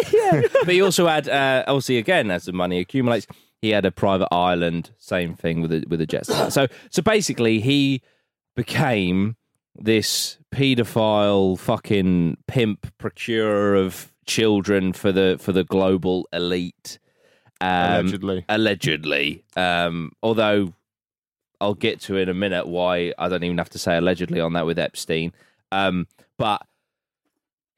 [SPEAKER 5] but he also had uh, obviously again as the money accumulates, he had a private island. Same thing with the, with the Jets. So so basically, he became this paedophile fucking pimp procurer of children for the for the global elite. Um,
[SPEAKER 1] Allegedly.
[SPEAKER 5] allegedly. Um, although I'll get to in a minute why I don't even have to say allegedly on that with Epstein. Um, but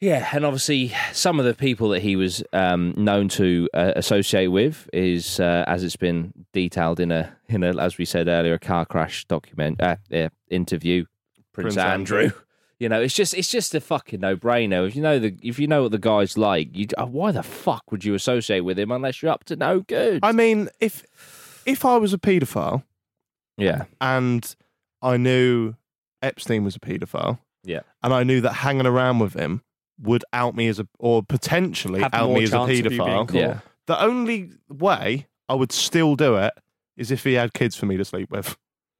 [SPEAKER 5] yeah, and obviously some of the people that he was um, known to uh, associate with is, uh, as it's been detailed in a in a as we said earlier, a car crash document uh, yeah, interview. Prince,
[SPEAKER 1] Prince
[SPEAKER 5] Andrew.
[SPEAKER 1] Andrew.
[SPEAKER 5] You know, it's just it's just a fucking no brainer. If you know the if you know what the guy's like, you oh, why the fuck would you associate with him unless you're up to no good?
[SPEAKER 1] I mean, if if I was a paedophile
[SPEAKER 5] yeah,
[SPEAKER 1] and I knew Epstein was a paedophile
[SPEAKER 5] yeah.
[SPEAKER 1] and I knew that hanging around with him would out me as a, or potentially
[SPEAKER 4] Have
[SPEAKER 1] out
[SPEAKER 4] more
[SPEAKER 1] me as a
[SPEAKER 4] chance of you being
[SPEAKER 1] paedophile,
[SPEAKER 4] caught.
[SPEAKER 5] Yeah.
[SPEAKER 1] the only way I would still do it is if he had kids for me to sleep with.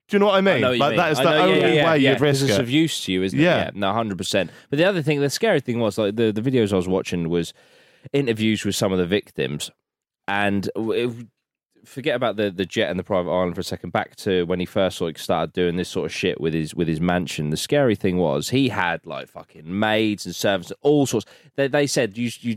[SPEAKER 1] Do you know what I mean?
[SPEAKER 5] I know what you
[SPEAKER 1] like
[SPEAKER 5] mean.
[SPEAKER 1] that is
[SPEAKER 5] I
[SPEAKER 1] the
[SPEAKER 5] know, yeah,
[SPEAKER 1] only
[SPEAKER 5] yeah, yeah,
[SPEAKER 1] way
[SPEAKER 5] yeah,
[SPEAKER 1] you'd
[SPEAKER 5] 'cause
[SPEAKER 1] risk
[SPEAKER 5] it's
[SPEAKER 1] it.
[SPEAKER 5] of use to you, isn't
[SPEAKER 1] Yeah.
[SPEAKER 5] it? Yeah, no, hundred percent. But the other thing, the scary thing was like the the videos I was watching was interviews with some of the victims, and it, forget about the the jet and the private island for a second. Back to when he first like started doing this sort of shit with his with his mansion. The scary thing was he had like fucking maids and servants, and all sorts. They they said you you.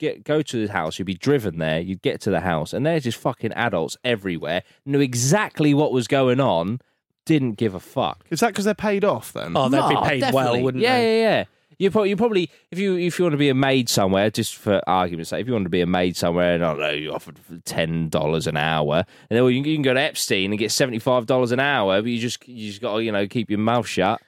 [SPEAKER 5] Get, go to the house, you'd be driven there, you'd get to the house, and they're just fucking adults everywhere, knew exactly what was going on, didn't give a fuck.
[SPEAKER 1] Is that because they're paid off then?
[SPEAKER 4] Oh, they'd be
[SPEAKER 5] No,
[SPEAKER 4] paid well,
[SPEAKER 5] definitely.
[SPEAKER 4] wouldn't
[SPEAKER 5] yeah,
[SPEAKER 4] they?
[SPEAKER 5] Yeah, yeah, You probably, you probably, if you if you want to be a maid somewhere, just for argument's sake, if you want to be a maid somewhere, and I don't know, you offered for ten dollars an hour, and then well, you, you can go to Epstein and get seventy five dollars an hour, but you just you just got to you know keep your mouth shut.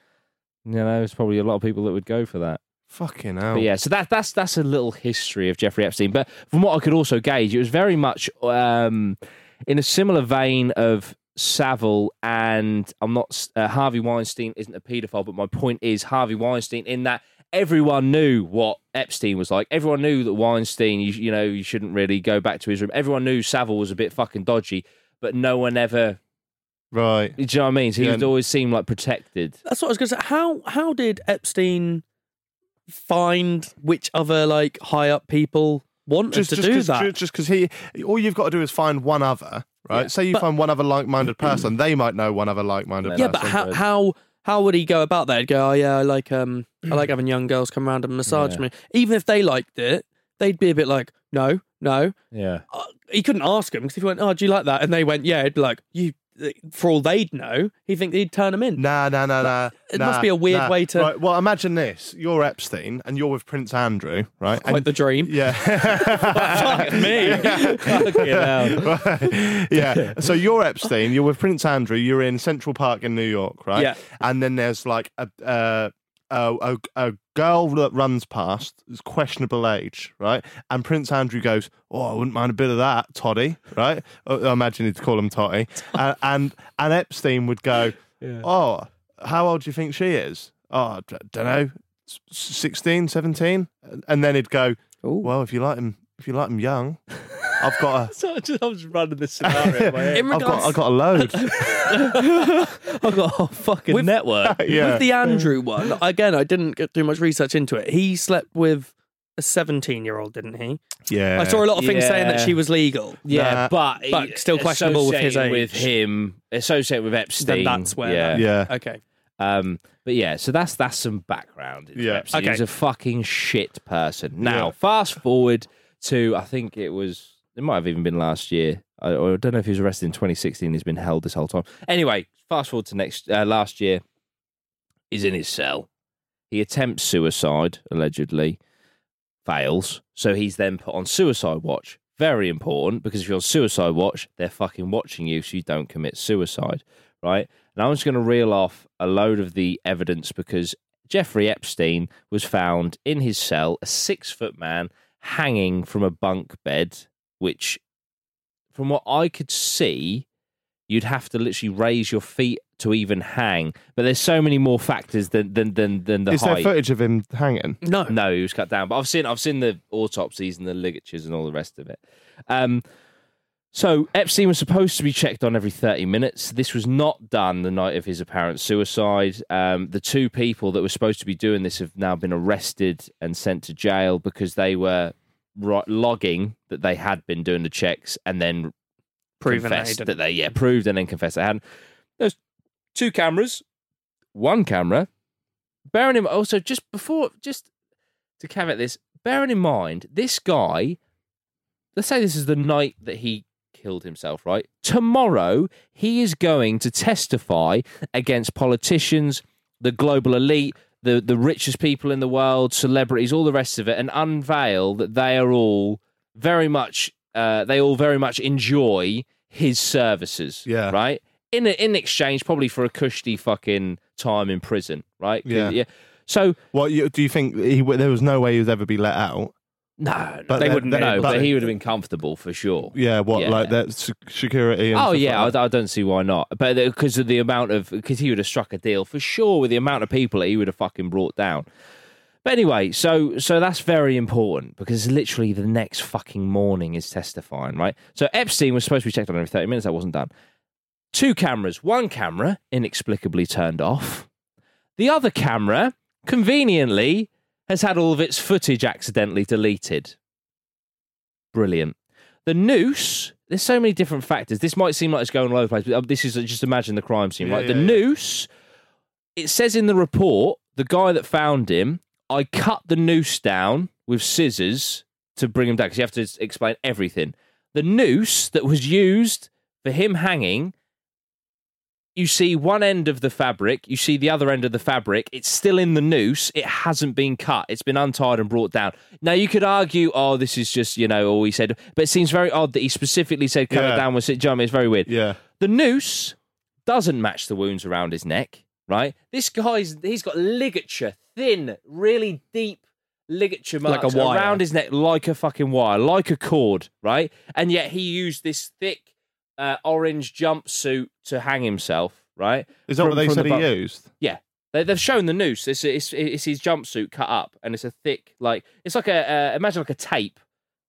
[SPEAKER 5] You know, there's probably a lot of people that would go for that.
[SPEAKER 1] Fucking hell.
[SPEAKER 5] But yeah, so that that's that's a little history of Jeffrey Epstein. But from what I could also gauge, it was very much um, in a similar vein of Savile and I'm not uh, Harvey Weinstein isn't a paedophile, but my point is Harvey Weinstein in that everyone knew what Epstein was like. Everyone knew that Weinstein, you, you know, you shouldn't really go back to his room. Everyone knew Savile was a bit fucking dodgy, but no one ever.
[SPEAKER 1] Right.
[SPEAKER 5] Do you know what I mean? So he
[SPEAKER 1] Yeah.
[SPEAKER 5] would always seem like protected.
[SPEAKER 4] That's what I was going to say. How how did Epstein find which other like high up people wanted to do
[SPEAKER 1] cause,
[SPEAKER 4] that?
[SPEAKER 1] ju- Just because he, all you've got to do is find one other, right? Say you
[SPEAKER 4] But-
[SPEAKER 1] find one other like-minded person, they might know one other like-minded
[SPEAKER 4] yeah,
[SPEAKER 1] person.
[SPEAKER 4] but how
[SPEAKER 5] good.
[SPEAKER 4] how how would he go about that? He'd go, oh yeah, I like um I like having young girls come around and massage
[SPEAKER 5] Yeah.
[SPEAKER 4] me. Even if they liked it, they'd be a bit like, no, no.
[SPEAKER 5] Yeah.
[SPEAKER 4] Uh, he couldn't ask him because if he went, oh, do you like that? And they went, yeah, he'd be like, you. For all they'd know, he'd think he'd turn them in.
[SPEAKER 1] Nah, nah, nah, nah.
[SPEAKER 4] it
[SPEAKER 1] nah,
[SPEAKER 4] must be a weird
[SPEAKER 1] nah.
[SPEAKER 4] way to-
[SPEAKER 1] Right, well, imagine this: you're Epstein, and you're with Prince Andrew, right?
[SPEAKER 4] Quite
[SPEAKER 1] And-
[SPEAKER 4] the dream.
[SPEAKER 1] yeah.
[SPEAKER 4] Fuck me.
[SPEAKER 5] Fucking hell.
[SPEAKER 1] yeah. So you're Epstein. You're with Prince Andrew. You're in Central Park in New York, right?
[SPEAKER 4] Yeah.
[SPEAKER 1] And then there's like a uh, a, a a girl that runs past, is questionable age, right? And Prince Andrew goes, "Oh, I wouldn't mind a bit of that, Toddy." Right? Uh, I imagine he'd call him Toddy. and, and and Epstein would go, "Oh, how old do you think she is?" Oh, I don't know. 16, 17? And then he'd go, well, if you like him, if you like him young, I've got a,
[SPEAKER 5] So I, just, I was running this scenario in my head.
[SPEAKER 4] In
[SPEAKER 1] I've
[SPEAKER 4] regards,
[SPEAKER 1] got, I've got a load.
[SPEAKER 4] I've got a fucking
[SPEAKER 5] With-
[SPEAKER 4] network.
[SPEAKER 1] Yeah.
[SPEAKER 4] With the Andrew one, again, I didn't get too much research into it. He slept with a 17 year old, didn't he?
[SPEAKER 1] yeah.
[SPEAKER 4] I saw a lot of things saying that
[SPEAKER 5] Yeah.
[SPEAKER 4] she was legal.
[SPEAKER 5] Yeah,
[SPEAKER 1] Nah.
[SPEAKER 5] but
[SPEAKER 4] But still questionable with his
[SPEAKER 5] associated
[SPEAKER 4] age.
[SPEAKER 5] With him, associated with Epstein.
[SPEAKER 4] Then that's where.
[SPEAKER 5] Yeah.
[SPEAKER 4] that-
[SPEAKER 1] Yeah.
[SPEAKER 4] Okay.
[SPEAKER 5] Um, but yeah, so that's that's some background. into
[SPEAKER 1] Yeah.
[SPEAKER 5] Epstein. He
[SPEAKER 4] Okay.
[SPEAKER 5] was a fucking shit person. Now,
[SPEAKER 1] Yeah.
[SPEAKER 5] fast forward to I think it was it might have even been last year. I, or I don't know if he was arrested in 2016. He's been held this whole time. Anyway, fast forward to next uh, last year. He's in his cell. He attempts suicide allegedly, fails. So he's then put on suicide watch. Very important because if you're on suicide watch, they're fucking watching you, so you don't commit suicide, right? And I'm just going to reel off a load of the evidence because Jeffrey Epstein was found in his cell, a six foot man hanging from a bunk bed, which, from what I could see, you'd have to literally raise your feet to even hang. But there's so many more factors than than than, than the
[SPEAKER 1] Is there
[SPEAKER 5] height.
[SPEAKER 1] footage of him hanging?
[SPEAKER 4] No.
[SPEAKER 5] No, he was cut down. But I've seen I've seen the autopsies and the ligatures and all the rest of it. Um, so Epstein was supposed to be checked on every 30 minutes. This was not done the night of his apparent suicide. Um, the two people that were supposed to be doing this have now been arrested and sent to jail because they were ro- logging that they had been doing the checks and then
[SPEAKER 4] Proven that he
[SPEAKER 5] confessed
[SPEAKER 4] didn't.
[SPEAKER 5] that they yeah proved and then confessed they hadn't. There's two cameras, one camera. Bearing in also just before just to caveat this, bearing in mind this guy. Let's say this is the night that he killed himself. Right tomorrow, he is going to testify against politicians, the global elite. The, the richest people in the world, celebrities, all the rest of it, and unveil that they are all very much uh, they all very much enjoy his services.
[SPEAKER 1] Yeah.
[SPEAKER 5] Right? In in exchange probably for a cushy fucking time in prison, right? 'Cause-
[SPEAKER 1] Yeah.
[SPEAKER 5] So
[SPEAKER 1] What you, do you think? He, w- there was no way he would ever be let out.
[SPEAKER 5] no,
[SPEAKER 1] But
[SPEAKER 5] they
[SPEAKER 1] that-
[SPEAKER 5] wouldn't
[SPEAKER 1] that-
[SPEAKER 5] know, but,
[SPEAKER 1] but-
[SPEAKER 5] he would have been comfortable for sure.
[SPEAKER 1] Yeah, what
[SPEAKER 5] Yeah.
[SPEAKER 1] like that se- security? And
[SPEAKER 5] Oh
[SPEAKER 1] stuff
[SPEAKER 5] yeah, I,
[SPEAKER 1] like that?
[SPEAKER 5] I don't see why not. But because of the amount of because he would have struck a deal for sure with the amount of people that he would have fucking brought down. But anyway, so so that's very important because literally the next fucking morning is testifying, right? So Epstein was supposed to be checked on every thirty minutes. That wasn't done. Two cameras, one camera inexplicably turned off. The other camera conveniently has had all of its footage accidentally deleted. Brilliant. The noose, there's so many different factors. This might seem like it's going all over the place, but uh, this is just imagine the crime scene,
[SPEAKER 1] Yeah,
[SPEAKER 5] right?
[SPEAKER 1] yeah,
[SPEAKER 5] the
[SPEAKER 1] yeah.
[SPEAKER 5] noose, it says in the report, the guy that found him, I cut the noose down with scissors to bring him down because you have to s- explain everything. The noose that was used for him hanging you see one end of the fabric, you see the other end of the fabric. It's still in the noose. It hasn't been cut. It's been untied and brought down. Now you could argue, oh, this is just you know all he said, but it seems very odd that he specifically said cut
[SPEAKER 1] Yeah.
[SPEAKER 5] it down with sit jump. It's very weird.
[SPEAKER 1] Yeah.
[SPEAKER 5] The noose doesn't match the wounds around his neck. Right, this guy's he's got ligature, thin, really deep ligature
[SPEAKER 4] Like
[SPEAKER 5] marks
[SPEAKER 4] a wire.
[SPEAKER 5] around his neck, like a fucking wire, like a cord. Right, and yet he used this thick uh, orange jumpsuit to hang himself. Right,
[SPEAKER 1] Is that
[SPEAKER 5] From-
[SPEAKER 1] what they
[SPEAKER 5] from
[SPEAKER 1] said
[SPEAKER 5] the
[SPEAKER 1] he
[SPEAKER 5] bu-
[SPEAKER 1] used?
[SPEAKER 5] yeah, they, they've shown the noose. It's, it's it's his jumpsuit cut up, and it's a thick like it's like a uh, imagine like a tape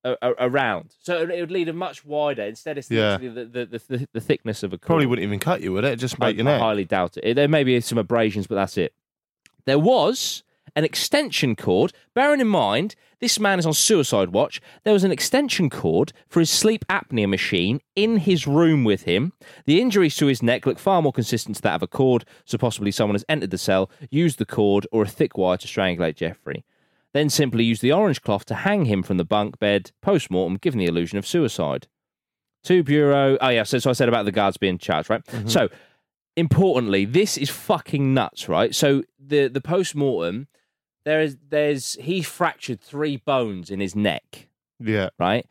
[SPEAKER 5] a, a, around. So it would lead a much wider. Instead, it's
[SPEAKER 1] Yeah.
[SPEAKER 5] literally the, the, the, the, the thickness of a cord.
[SPEAKER 1] Probably wouldn't even cut you, would it? Just
[SPEAKER 5] I,
[SPEAKER 1] break your
[SPEAKER 5] I
[SPEAKER 1] neck.
[SPEAKER 5] highly doubt it. There may be some abrasions, but that's it. There was an extension cord. Bearing in mind, this man is on suicide watch. There was an extension cord for his sleep apnea machine in his room with him. The injuries to his neck look far more consistent to that of a cord, so possibly someone has entered the cell, used the cord or a thick wire to strangulate Jeffrey. Then simply used the orange cloth to hang him from the bunk bed post mortem, giving the illusion of suicide. Two bureau. Oh yeah, so, so I said about the guards being charged, right?
[SPEAKER 1] Mm-hmm.
[SPEAKER 5] So importantly, this is fucking nuts, right? So the the post mortem, there is there's he fractured three bones in his neck,
[SPEAKER 1] Yeah.
[SPEAKER 5] right?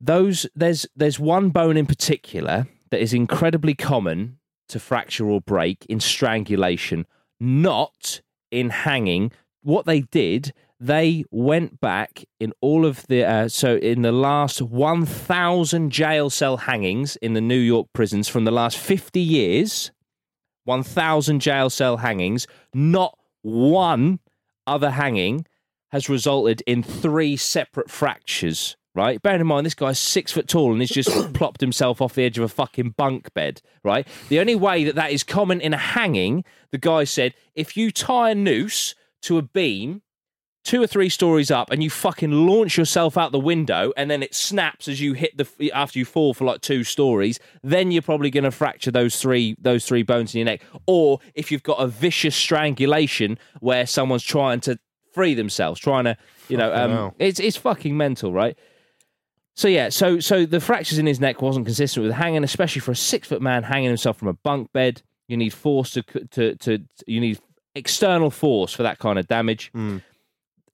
[SPEAKER 5] Those there's there's one bone in particular that is incredibly common to fracture or break in strangulation, not in hanging. What they did, they went back in all of the uh, so in the last 1,000 jail cell hangings in the New York prisons from the last 50 years, 1,000 jail cell hangings, not one other hanging has resulted in three separate fractures. Right, bearing in mind this guy's six foot tall and he's just plopped himself off the edge of a fucking bunk bed. Right, the only way that that is common in a hanging, the guy said, if you tie a noose to a beam two or three stories up and you fucking launch yourself out the window and then it snaps as you hit the after you fall for like two stories then you're probably going to fracture those three those three bones in your neck or if you've got a vicious strangulation where someone's trying to free themselves trying to you know
[SPEAKER 1] Fucking
[SPEAKER 5] um,
[SPEAKER 1] hell.
[SPEAKER 5] it's it's fucking mental right so yeah, so so the fractures in his neck wasn't consistent with hanging, especially for a six foot man hanging himself from a bunk bed. You need force to to to you need external force for that kind of damage.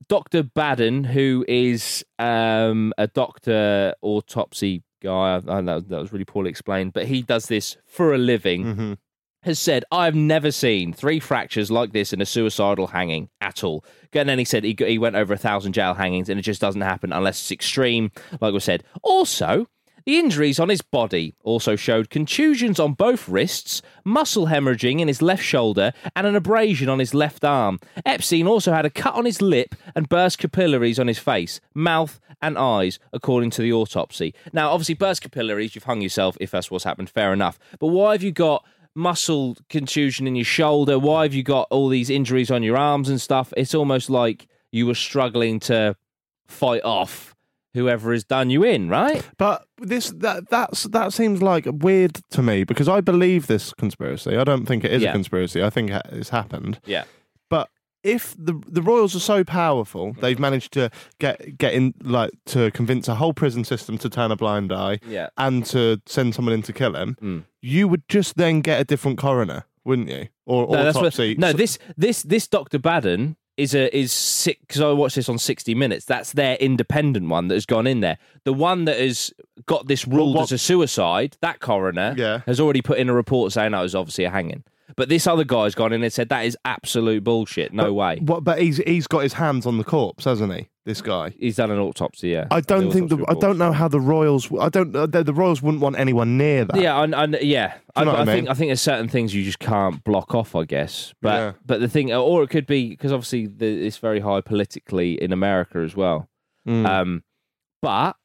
[SPEAKER 5] Dr. Baden, who is um, a doctor autopsy guy, I, I know that was really poorly explained, but he does this for a living, has said, I've never seen three fractures like this in a suicidal hanging at all. And then he said he, he went over a thousand jail hangings and it just doesn't happen unless it's extreme, like we said. Also, the injuries on his body also showed contusions on both wrists, muscle hemorrhaging in his left shoulder, and an abrasion on his left arm. Epstein also had a cut on his lip and burst capillaries on his face, mouth, and eyes, according to the autopsy. Now, obviously, burst capillaries, you've hung yourself if that's what's happened, fair enough. But why have you got muscle contusion in your shoulder? Why have you got all these injuries on your arms and stuff? It's almost like you were struggling to fight off whoever has done you in, right?
[SPEAKER 1] But this that that's that seems like weird to me because I believe this conspiracy. I don't think it is
[SPEAKER 5] Yeah.
[SPEAKER 1] a conspiracy. I think ha- it's happened.
[SPEAKER 5] Yeah.
[SPEAKER 1] But if the the royals are so
[SPEAKER 5] Mm-hmm.
[SPEAKER 1] powerful, they've managed to get get in like to convince a whole prison system to turn a blind eye
[SPEAKER 5] Yeah. Mm.
[SPEAKER 1] and to send someone in to kill him. You would just then get a different coroner, wouldn't you? Or
[SPEAKER 5] No, that's what,
[SPEAKER 1] autopsy.
[SPEAKER 5] no
[SPEAKER 1] So-
[SPEAKER 5] this this this Dr. Baden is a is sick because I watched this on 60 Minutes. That's their independent one that has gone in there. The one that has got this ruled
[SPEAKER 1] what-
[SPEAKER 5] as a suicide, that coroner
[SPEAKER 1] Yeah.
[SPEAKER 5] has already put in a report saying that was obviously a hanging. But this other guy's gone in and said that is absolute bullshit. No
[SPEAKER 1] but-
[SPEAKER 5] way.
[SPEAKER 1] What, but he's he's got his hands on the corpse, hasn't he? This guy.
[SPEAKER 5] He's done an autopsy. Yeah,
[SPEAKER 1] I don't think the,
[SPEAKER 5] autopsy
[SPEAKER 1] I
[SPEAKER 5] report.
[SPEAKER 1] don't know how the royals. I don't. uh, The, the royals wouldn't want anyone near that.
[SPEAKER 5] Yeah, I, I, yeah. I,
[SPEAKER 1] you know what
[SPEAKER 5] I
[SPEAKER 1] I mean?
[SPEAKER 5] think I think there's certain things you just can't block off. I guess, but
[SPEAKER 1] Yeah.
[SPEAKER 5] but the thing, or it could be because obviously the, it's very high politically in America as well.
[SPEAKER 1] Hmm.
[SPEAKER 5] Um, but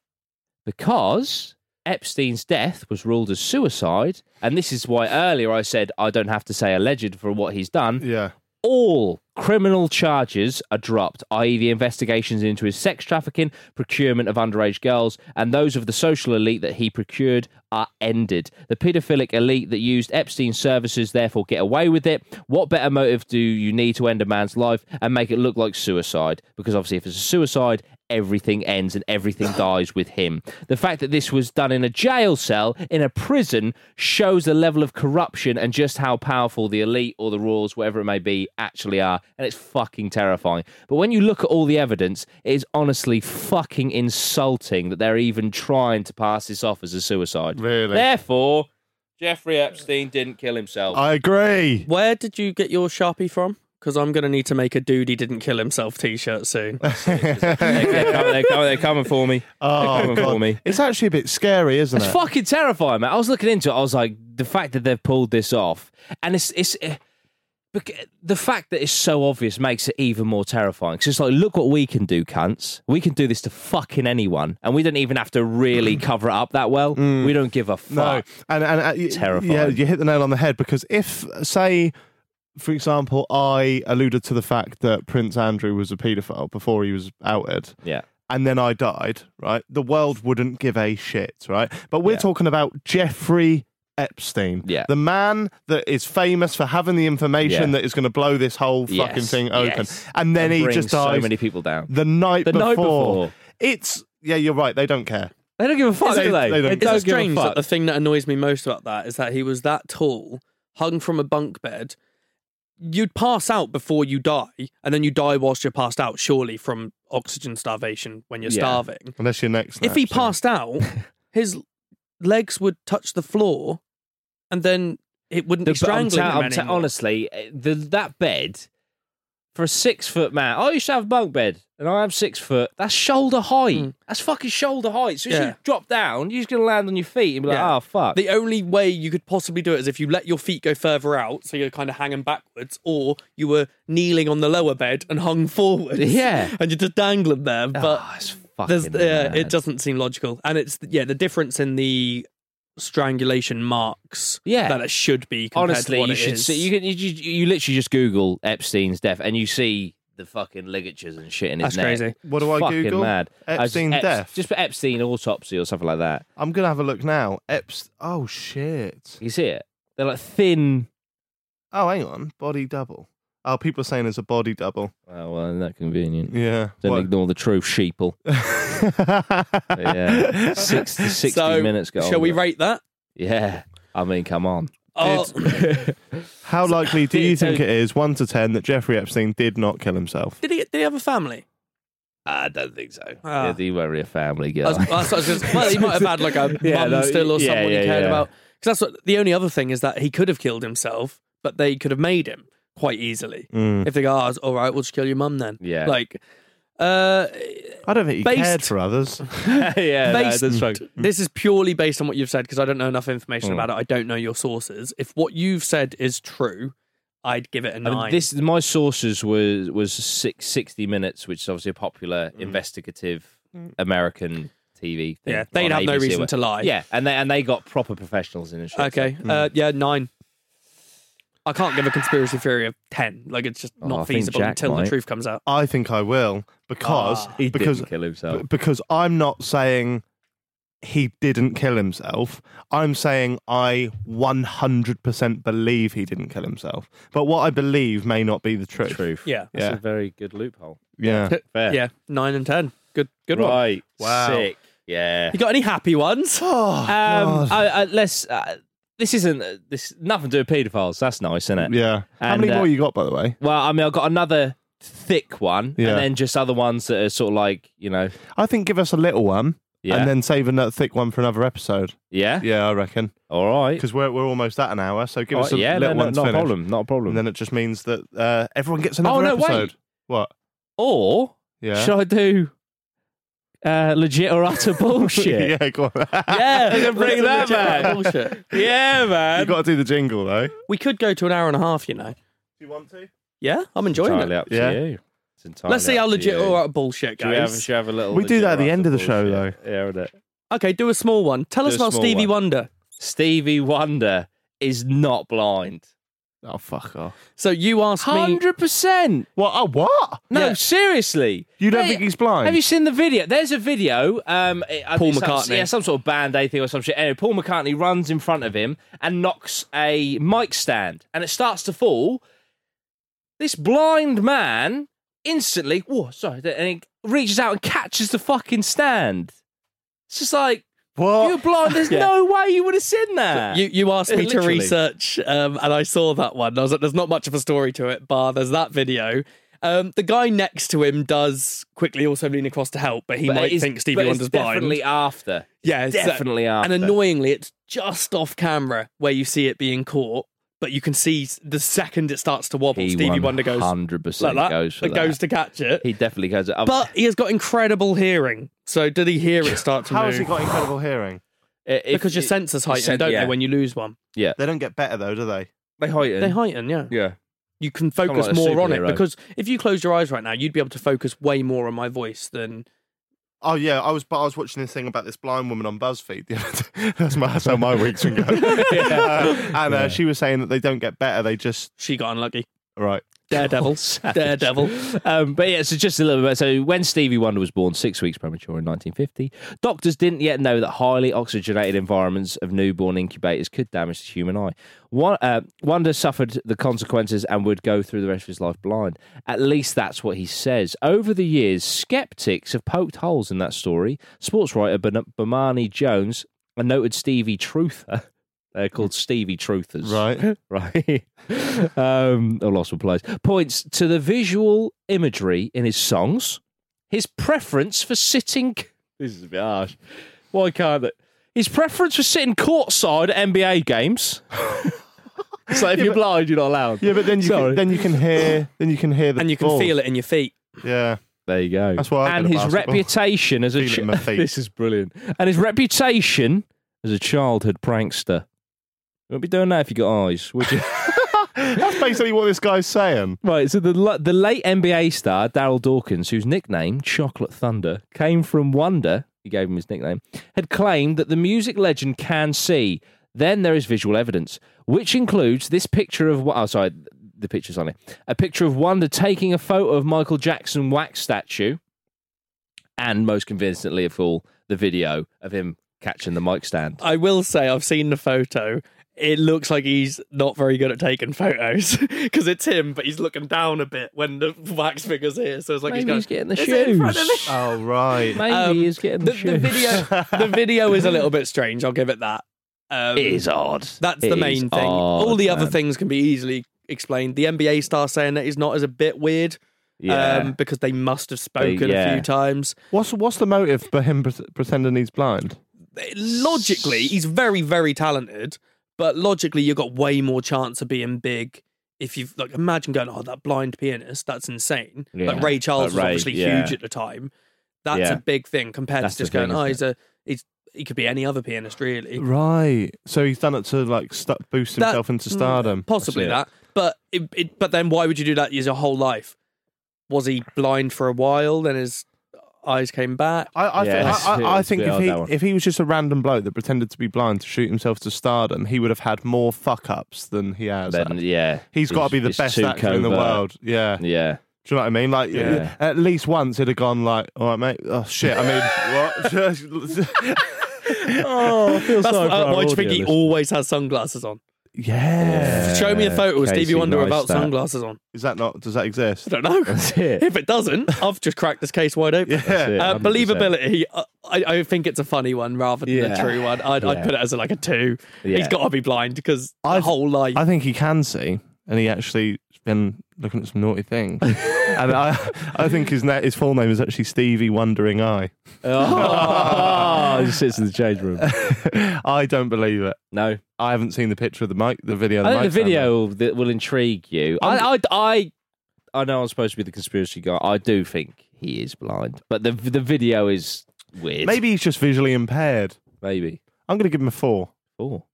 [SPEAKER 5] because Epstein's death was ruled as suicide, and this is why earlier I said I don't have to say alleged for what he's done
[SPEAKER 1] Yeah.
[SPEAKER 5] all criminal charges are dropped, i.e., the investigations into his sex trafficking, procurement of underage girls, and those of the social elite that he procured are ended. The paedophilic elite that used Epstein's services therefore get away with it. What better motive do you need to end a man's life and make it look like suicide? Because obviously, if it's a suicide, everything ends and everything dies with him. The fact that this was done in a jail cell, in a prison, shows the level of corruption and just how powerful the elite or the rules, whatever it may be, actually are. And it's fucking terrifying. But when you look at all the evidence, it is honestly fucking insulting that they're even trying to pass this off as a suicide.
[SPEAKER 1] Really?
[SPEAKER 5] Therefore, Jeffrey Epstein didn't kill himself.
[SPEAKER 1] I agree.
[SPEAKER 4] Where did you get your Sharpie from? Because I'm going to need to make a dude he didn't kill himself t shirt soon.
[SPEAKER 5] they're, coming, they're coming- they're coming for me. they're
[SPEAKER 1] Oh,
[SPEAKER 5] coming for
[SPEAKER 1] God.
[SPEAKER 5] me.
[SPEAKER 1] It's actually a bit scary, isn't
[SPEAKER 5] It's
[SPEAKER 1] it?
[SPEAKER 5] fucking terrifying, man. I was looking into it. I was like, the fact that they've pulled this off, and it's it's. eh, bec- The fact that it's so obvious makes it even more terrifying. Because it's like, look what we can do, cunts. We can do this to fucking anyone, and we don't even have to really cover it up that well. We don't give a
[SPEAKER 1] Mm. No,
[SPEAKER 5] fuck.
[SPEAKER 1] and and uh, y-
[SPEAKER 5] Terrifying.
[SPEAKER 1] Yeah, you hit the nail on the head because if, say, for example, I alluded to the fact that Prince Andrew was a paedophile before he was outed,
[SPEAKER 5] Yeah,
[SPEAKER 1] and then I died, right? The world wouldn't give a shit, right? But we're
[SPEAKER 5] Yeah.
[SPEAKER 1] talking about Jeffrey Epstein,
[SPEAKER 5] Yeah.
[SPEAKER 1] the man that is famous for having the information
[SPEAKER 5] Yeah.
[SPEAKER 1] that is going to blow this whole
[SPEAKER 5] Yes,
[SPEAKER 1] fucking thing open,
[SPEAKER 5] yes.
[SPEAKER 1] and then he
[SPEAKER 5] brings
[SPEAKER 1] just dies
[SPEAKER 5] so many people down.
[SPEAKER 1] the night
[SPEAKER 5] The
[SPEAKER 1] before.
[SPEAKER 5] night before.
[SPEAKER 1] It's yeah, you're right. They don't care.
[SPEAKER 5] They don't give a fuck,
[SPEAKER 1] They-
[SPEAKER 5] do
[SPEAKER 1] they
[SPEAKER 5] they?
[SPEAKER 1] don't
[SPEAKER 5] They
[SPEAKER 1] give a
[SPEAKER 5] don't
[SPEAKER 4] It's
[SPEAKER 5] give a
[SPEAKER 4] strange that
[SPEAKER 5] fuck.
[SPEAKER 4] the thing that annoys me most about that is that he was that tall, hung from a bunk bed. You'd pass out before you die, and then you die whilst you're passed out, surely from oxygen starvation when you're
[SPEAKER 5] Yeah.
[SPEAKER 4] starving.
[SPEAKER 1] Unless you're next.
[SPEAKER 4] if he passed out, his legs would touch the floor, and then it wouldn't be
[SPEAKER 5] but I'm
[SPEAKER 4] strangling
[SPEAKER 5] ta-
[SPEAKER 4] him
[SPEAKER 5] I'm ta-
[SPEAKER 4] anymore.
[SPEAKER 5] honestly, eh, the, that bed for a six foot man. I used to have a bunk bed, and I am six foot. That's shoulder height. That's fucking shoulder height. So if
[SPEAKER 4] Hmm. Yeah.
[SPEAKER 5] you drop down, you're just gonna land on your feet and be like,
[SPEAKER 4] Yeah.
[SPEAKER 5] "Oh fuck."
[SPEAKER 4] The only way you could possibly do it is if you let your feet go further out, so you're kind of hanging backwards, or you were kneeling on the lower bed and hung forward.
[SPEAKER 5] Yeah.
[SPEAKER 4] and you're just dangling there. But
[SPEAKER 5] oh, it's
[SPEAKER 4] there's,
[SPEAKER 5] fucking
[SPEAKER 4] yeah, it
[SPEAKER 5] mad.
[SPEAKER 4] doesn't seem logical, and it's yeah the difference in the strangulation marks.
[SPEAKER 5] Yeah.
[SPEAKER 4] that it should be. Compared
[SPEAKER 5] Honestly,
[SPEAKER 4] to what
[SPEAKER 5] you
[SPEAKER 4] it
[SPEAKER 5] should
[SPEAKER 4] is.
[SPEAKER 5] see. You, can, you you you literally just Google Epstein's death, and you see the fucking ligatures and shit in his
[SPEAKER 4] That's
[SPEAKER 5] neck.
[SPEAKER 4] crazy.
[SPEAKER 1] What do I
[SPEAKER 5] fucking
[SPEAKER 1] Google?
[SPEAKER 5] Mad. I just-
[SPEAKER 1] Epstein
[SPEAKER 5] Eps-
[SPEAKER 1] death.
[SPEAKER 5] Just put Epstein autopsy or something like that.
[SPEAKER 1] I'm gonna have a look now. Eps. Oh shit.
[SPEAKER 5] You see it? They're like thin.
[SPEAKER 1] Oh, hang on. Body double. Oh, people are saying it's a body double.
[SPEAKER 5] Oh well, not convenient.
[SPEAKER 1] Yeah.
[SPEAKER 5] Don't
[SPEAKER 1] What-
[SPEAKER 5] ignore the truth, sheeple. yeah, six to sixty
[SPEAKER 4] So,
[SPEAKER 5] minutes go.
[SPEAKER 4] Shall we rate that?
[SPEAKER 5] Yeah, I mean, come on.
[SPEAKER 4] Oh,
[SPEAKER 1] How likely do you
[SPEAKER 5] So-
[SPEAKER 1] think it is, one to ten, that Jeffrey Epstein did not kill himself?
[SPEAKER 4] did he? Did he have a family?
[SPEAKER 5] I don't think so. Yeah,
[SPEAKER 4] Ah.
[SPEAKER 5] you won't be a family
[SPEAKER 4] I
[SPEAKER 5] guy.
[SPEAKER 4] was- that's what I was gonna- well, he might have had like a
[SPEAKER 5] Yeah,
[SPEAKER 4] mum
[SPEAKER 5] no,
[SPEAKER 4] still or
[SPEAKER 5] yeah,
[SPEAKER 4] someone
[SPEAKER 5] yeah,
[SPEAKER 4] he cared
[SPEAKER 5] yeah.
[SPEAKER 4] about. Because that's what the only other thing is that he could have killed himself, but they could have made him quite easily if they go, oh, all right, we'll just kill your mum then.
[SPEAKER 5] Mm. Yeah.
[SPEAKER 4] like uh,
[SPEAKER 1] I don't think he
[SPEAKER 4] Based-
[SPEAKER 1] cared for others.
[SPEAKER 5] yeah, no,
[SPEAKER 4] based-
[SPEAKER 5] that's Mm. right.
[SPEAKER 4] this is purely based on what you've said because I don't know enough information about it. I don't know your sources. If what you've said is true, I'd give it a
[SPEAKER 5] I
[SPEAKER 4] nine.
[SPEAKER 5] mean, this my sources was was six, 60 minutes, which is obviously a popular investigative
[SPEAKER 1] Mm.
[SPEAKER 5] American TV. Thing
[SPEAKER 4] Mm. Yeah, they'd
[SPEAKER 5] on
[SPEAKER 4] have no
[SPEAKER 5] ABC
[SPEAKER 4] reason
[SPEAKER 5] where-
[SPEAKER 4] to lie.
[SPEAKER 5] Yeah, and they and they got proper professionals in and shit. mm.
[SPEAKER 4] okay, uh, yeah, nine. I can't give a conspiracy theory of ten. Like it's just
[SPEAKER 5] Oh, I
[SPEAKER 4] not
[SPEAKER 5] think
[SPEAKER 4] feasible
[SPEAKER 5] Jack
[SPEAKER 4] until
[SPEAKER 5] might.
[SPEAKER 4] the truth comes out.
[SPEAKER 1] I think I will because
[SPEAKER 4] Ah.
[SPEAKER 5] he
[SPEAKER 1] because
[SPEAKER 5] didn't kill himself.
[SPEAKER 1] b- because I'm not saying he didn't kill himself. I'm saying I 100% believe he didn't kill himself. But what I believe may not be the truth.
[SPEAKER 5] Truth.
[SPEAKER 4] Yeah.
[SPEAKER 5] that's
[SPEAKER 1] Yeah.
[SPEAKER 5] a very good loophole.
[SPEAKER 1] Yeah.
[SPEAKER 5] Fair.
[SPEAKER 4] Yeah, nine and ten. Good, good one.
[SPEAKER 5] Right.
[SPEAKER 1] Wow.
[SPEAKER 5] Sick. Yeah.
[SPEAKER 4] You got any happy ones?
[SPEAKER 1] Oh,
[SPEAKER 5] Um,
[SPEAKER 1] God.
[SPEAKER 5] I, I, let's. Uh, this isn't uh, this nothing to do with paedophiles. That's nice, isn't it?
[SPEAKER 1] yeah. How
[SPEAKER 5] and,
[SPEAKER 1] many
[SPEAKER 5] uh,
[SPEAKER 1] more you got, by the way?
[SPEAKER 5] Well, I mean, I've got another thick one,
[SPEAKER 1] Yeah.
[SPEAKER 5] and then just other ones that are sort of like you know,
[SPEAKER 1] I think give us a little one
[SPEAKER 5] yeah,
[SPEAKER 1] and then save another thick one for another episode.
[SPEAKER 5] yeah?
[SPEAKER 1] Yeah, I reckon.
[SPEAKER 5] all right,
[SPEAKER 1] Because we're, we're almost at an hour, so give
[SPEAKER 5] All
[SPEAKER 1] us
[SPEAKER 5] right,
[SPEAKER 1] a
[SPEAKER 5] Oh, yeah, no,
[SPEAKER 1] little
[SPEAKER 5] no,
[SPEAKER 1] one to
[SPEAKER 5] not a
[SPEAKER 1] finish.
[SPEAKER 5] problem, not a problem. Oh,
[SPEAKER 1] And then it just means that uh, everyone gets another
[SPEAKER 5] no, wait.
[SPEAKER 1] episode. What?
[SPEAKER 5] or
[SPEAKER 1] Yeah.
[SPEAKER 5] should I do uh, legit or utter bullshit?
[SPEAKER 1] yeah, go on.
[SPEAKER 5] yeah, we can bring that back.
[SPEAKER 4] Bullshit.
[SPEAKER 5] Yeah, man.
[SPEAKER 1] you got to do the jingle, though. Do
[SPEAKER 4] We could go to an hour and a half, you know.
[SPEAKER 1] you want to?
[SPEAKER 4] Yeah, I'm enjoying
[SPEAKER 5] entirely
[SPEAKER 4] it.
[SPEAKER 5] up to
[SPEAKER 1] Yeah.
[SPEAKER 5] you. It's entirely
[SPEAKER 4] Let's see
[SPEAKER 5] up
[SPEAKER 4] how
[SPEAKER 5] to
[SPEAKER 4] legit
[SPEAKER 5] you.
[SPEAKER 4] or out bullshit,
[SPEAKER 5] Should we, have,
[SPEAKER 4] guys.
[SPEAKER 5] should we have a little?
[SPEAKER 1] We do
[SPEAKER 5] legit
[SPEAKER 1] that at
[SPEAKER 5] or
[SPEAKER 1] the end
[SPEAKER 5] utter
[SPEAKER 1] of the show,
[SPEAKER 5] bullshit? Yeah, isn't it?
[SPEAKER 4] Okay, do a small one. Tell
[SPEAKER 5] Do
[SPEAKER 4] us
[SPEAKER 5] a
[SPEAKER 4] about
[SPEAKER 5] small
[SPEAKER 4] Stevie
[SPEAKER 5] one.
[SPEAKER 4] Wonder.
[SPEAKER 5] Stevie Wonder is not blind. Oh, fuck off.
[SPEAKER 4] So you asked me.
[SPEAKER 5] 100%.
[SPEAKER 1] What? Oh, what?
[SPEAKER 5] No,
[SPEAKER 4] Yeah.
[SPEAKER 5] seriously.
[SPEAKER 1] You don't
[SPEAKER 5] They-
[SPEAKER 1] think he's blind?
[SPEAKER 5] Have you seen the video? There's a video. Um, it- I
[SPEAKER 4] Paul
[SPEAKER 5] think some-
[SPEAKER 4] McCartney.
[SPEAKER 5] yeah, some sort of band aid thing or some shit. Anyway, Paul McCartney runs in front of him and knocks a mic stand, and it starts to fall. This blind man instantly, oh, sorry, and he reaches out and catches the fucking stand. It's just like
[SPEAKER 1] What?
[SPEAKER 5] you're blind. There's
[SPEAKER 4] Oh, Yeah.
[SPEAKER 5] no way you would have seen that.
[SPEAKER 4] You, you asked me to
[SPEAKER 5] Literally.
[SPEAKER 4] research, um, and I saw that one. I was like, "There's not much of a story to it, bar there's that video." Um, the guy next to him does quickly also lean across to help, but he
[SPEAKER 5] But it
[SPEAKER 4] might
[SPEAKER 5] is-
[SPEAKER 4] think Stevie
[SPEAKER 5] but it's
[SPEAKER 4] Wonder's blind.
[SPEAKER 5] Definitely after.
[SPEAKER 4] yeah, it's, uh,
[SPEAKER 5] definitely after.
[SPEAKER 4] And annoyingly, it's just off camera where you see it being caught, but you can see s- the second it starts to wobble, Stevie Wonder goes like
[SPEAKER 5] hundred percent
[SPEAKER 4] that,
[SPEAKER 5] goes for
[SPEAKER 4] and
[SPEAKER 5] that.
[SPEAKER 4] goes to catch it.
[SPEAKER 5] he definitely goes. um, I've-
[SPEAKER 4] but he has got incredible hearing. So did he hear it start to
[SPEAKER 1] How
[SPEAKER 4] move?
[SPEAKER 1] has he got incredible hearing?
[SPEAKER 5] if-
[SPEAKER 4] because your
[SPEAKER 5] if-
[SPEAKER 4] sensors heighten,
[SPEAKER 5] sen-
[SPEAKER 4] don't
[SPEAKER 5] yeah.
[SPEAKER 4] they, when you lose one?
[SPEAKER 1] They don't get better though, do they?
[SPEAKER 5] they heighten.
[SPEAKER 4] They heighten, yeah.
[SPEAKER 5] Yeah.
[SPEAKER 4] You can
[SPEAKER 5] of
[SPEAKER 4] focus
[SPEAKER 5] like a
[SPEAKER 4] more on it
[SPEAKER 5] superhero.
[SPEAKER 4] because if you closed your eyes right now, you'd be able to focus way more on my voice than
[SPEAKER 1] Oh yeah, I was but I was watching this thing about this blind woman on BuzzFeed. the other day. that's my that's how my week's been going. Uh, and uh, she was saying that they don't get better; they just
[SPEAKER 4] she got unlucky.
[SPEAKER 1] right.
[SPEAKER 4] Daredevil, Daredevil.
[SPEAKER 5] Um, but yeah, so just a little bit. So when Stevie Wonder was born, six weeks premature in 1950, doctors didn't yet know that highly oxygenated environments of newborn incubators could damage the human eye. One, uh, Wonder suffered the consequences and would go through the rest of his life blind. At least that's what he says. Over the years, skeptics have poked holes in that story. Sports writer Ban- Bamani Jones, a noted Stevie truther, they're called Stevie truthers,
[SPEAKER 1] Right.
[SPEAKER 5] right? um, or lost for place. Points to the visual imagery in his songs, his preference for sitting. This is a bit harsh. Why can't it? His preference for sitting courtside at NBA games. so if you're blind, you're not allowed.
[SPEAKER 1] Yeah, but then you
[SPEAKER 5] Sorry.
[SPEAKER 1] can, then you can hear then you can hear the
[SPEAKER 4] and you can
[SPEAKER 1] ball.
[SPEAKER 4] feel it in your feet.
[SPEAKER 1] Yeah,
[SPEAKER 5] There you go.
[SPEAKER 1] That's why I
[SPEAKER 5] And
[SPEAKER 1] go to
[SPEAKER 5] his
[SPEAKER 1] basketball.
[SPEAKER 5] reputation as a
[SPEAKER 1] Feel it in my feet.
[SPEAKER 5] this is brilliant. And his reputation as a childhood prankster. You won't be doing that if you got eyes, would you?
[SPEAKER 1] that's basically what this guy's saying.
[SPEAKER 5] Right, so the l- the late NBA star Daryl Dawkins, whose nickname Chocolate Thunder came from Wonder, he gave him his nickname, had claimed that the music legend can see. Then there is visual evidence, which includes this picture of. Wo- Oh, sorry, the picture's on it. A picture of Wonder taking a photo of Michael Jackson wax statue, and most convincingly of all, the video of him catching the mic stand.
[SPEAKER 4] I will say I've seen the photo. It looks like he's not very good at taking photos because it's him, but he's looking down a bit when the wax finger's here. So it's like
[SPEAKER 5] Maybe he's
[SPEAKER 4] he's, going,
[SPEAKER 5] getting the
[SPEAKER 4] "Is it in front of
[SPEAKER 5] shoes."
[SPEAKER 4] me?"
[SPEAKER 1] Oh right.
[SPEAKER 5] Maybe
[SPEAKER 4] Um,
[SPEAKER 5] he is getting the,
[SPEAKER 4] The,
[SPEAKER 5] shoes.
[SPEAKER 4] the video, the video is a little bit strange. I'll give it that. Um,
[SPEAKER 5] It is odd.
[SPEAKER 4] That's
[SPEAKER 5] It
[SPEAKER 4] the
[SPEAKER 5] is
[SPEAKER 4] main thing.
[SPEAKER 5] odd,
[SPEAKER 4] All the other
[SPEAKER 5] man.
[SPEAKER 4] things can be easily explained. The NBA star saying that is not is a bit weird um, because they must have spoken a
[SPEAKER 5] yeah.
[SPEAKER 4] few times.
[SPEAKER 1] What's what's the motive for him pre- pretending he's blind?
[SPEAKER 4] Logically, he's very very talented, but logically you've got way more chance of being big. If you've like, imagine going, oh, that blind pianist, that's insane.
[SPEAKER 5] Yeah.
[SPEAKER 4] Like Ray Charles
[SPEAKER 5] Like
[SPEAKER 4] was
[SPEAKER 5] Ray,
[SPEAKER 4] obviously
[SPEAKER 5] yeah.
[SPEAKER 4] huge at the time. That's
[SPEAKER 5] Yeah.
[SPEAKER 4] a big thing compared
[SPEAKER 5] That's
[SPEAKER 4] to just
[SPEAKER 5] the
[SPEAKER 4] going,
[SPEAKER 5] thing,
[SPEAKER 4] oh,
[SPEAKER 5] isn't
[SPEAKER 4] he's a he's he could be any other pianist really.
[SPEAKER 1] Right. So he's done it to like st- boost
[SPEAKER 4] That- Mm,
[SPEAKER 1] himself into stardom.
[SPEAKER 4] Possibly
[SPEAKER 5] That's
[SPEAKER 4] that. But it, it, but then why would you do that your whole life? Was he blind for a while? Then his eyes came back.
[SPEAKER 1] I, I,
[SPEAKER 5] Yeah,
[SPEAKER 1] think, I- I, I
[SPEAKER 5] it's
[SPEAKER 1] think
[SPEAKER 5] a bit
[SPEAKER 1] if
[SPEAKER 5] odd, that one.
[SPEAKER 1] he if he was just a random bloke that pretended to be blind to shoot himself to stardom, he would have had more fuck ups than he has.
[SPEAKER 5] Then, yeah,
[SPEAKER 1] He's got
[SPEAKER 5] It's-
[SPEAKER 1] to be the
[SPEAKER 5] it's
[SPEAKER 1] best
[SPEAKER 5] too
[SPEAKER 1] actor in the
[SPEAKER 5] covert.
[SPEAKER 1] world. Yeah. Do
[SPEAKER 5] Yeah,
[SPEAKER 1] you know what I mean? Like,
[SPEAKER 5] Yeah.
[SPEAKER 1] at least once he'd have gone like, "All right, mate. Oh shit. I mean, what?
[SPEAKER 5] Oh, I feel
[SPEAKER 4] That's why- Uh, why do you think he always has sunglasses on?
[SPEAKER 1] yeah.
[SPEAKER 4] Show me a photo of Stevie
[SPEAKER 5] Casey
[SPEAKER 4] Wonder without
[SPEAKER 5] Neistat.
[SPEAKER 4] sunglasses on.
[SPEAKER 1] Is that not? Does that exist?
[SPEAKER 4] I don't know.
[SPEAKER 5] it.
[SPEAKER 4] if it doesn't, I've just cracked this case wide open.
[SPEAKER 1] Yeah.
[SPEAKER 5] it,
[SPEAKER 4] Uh,
[SPEAKER 5] 100%.
[SPEAKER 4] believability, uh, I, I think it's a funny one rather than
[SPEAKER 5] Yeah.
[SPEAKER 4] a true one. I'd, I'd
[SPEAKER 5] Yeah.
[SPEAKER 4] put it as a, like a two.
[SPEAKER 5] Yeah.
[SPEAKER 4] He's got to be blind because the
[SPEAKER 1] I've-
[SPEAKER 4] whole life.
[SPEAKER 1] I think he can see, and he actually has been looking at some naughty things. and I, I think his na- his full name is actually Stevie Wondering Eye.
[SPEAKER 5] Oh, he sits in the change room.
[SPEAKER 1] I don't believe it.
[SPEAKER 5] No,
[SPEAKER 1] I haven't seen the picture of the mic, the video. Of
[SPEAKER 5] I
[SPEAKER 1] the
[SPEAKER 5] think the
[SPEAKER 1] mic stand
[SPEAKER 5] video that will intrigue you. I, I, I, I know I'm supposed to be the conspiracy guy. I do think he is blind, but the the video is
[SPEAKER 1] there.
[SPEAKER 5] weird.
[SPEAKER 1] Maybe he's just visually impaired.
[SPEAKER 5] maybe.
[SPEAKER 1] I'm going to give him a four.
[SPEAKER 5] Oh,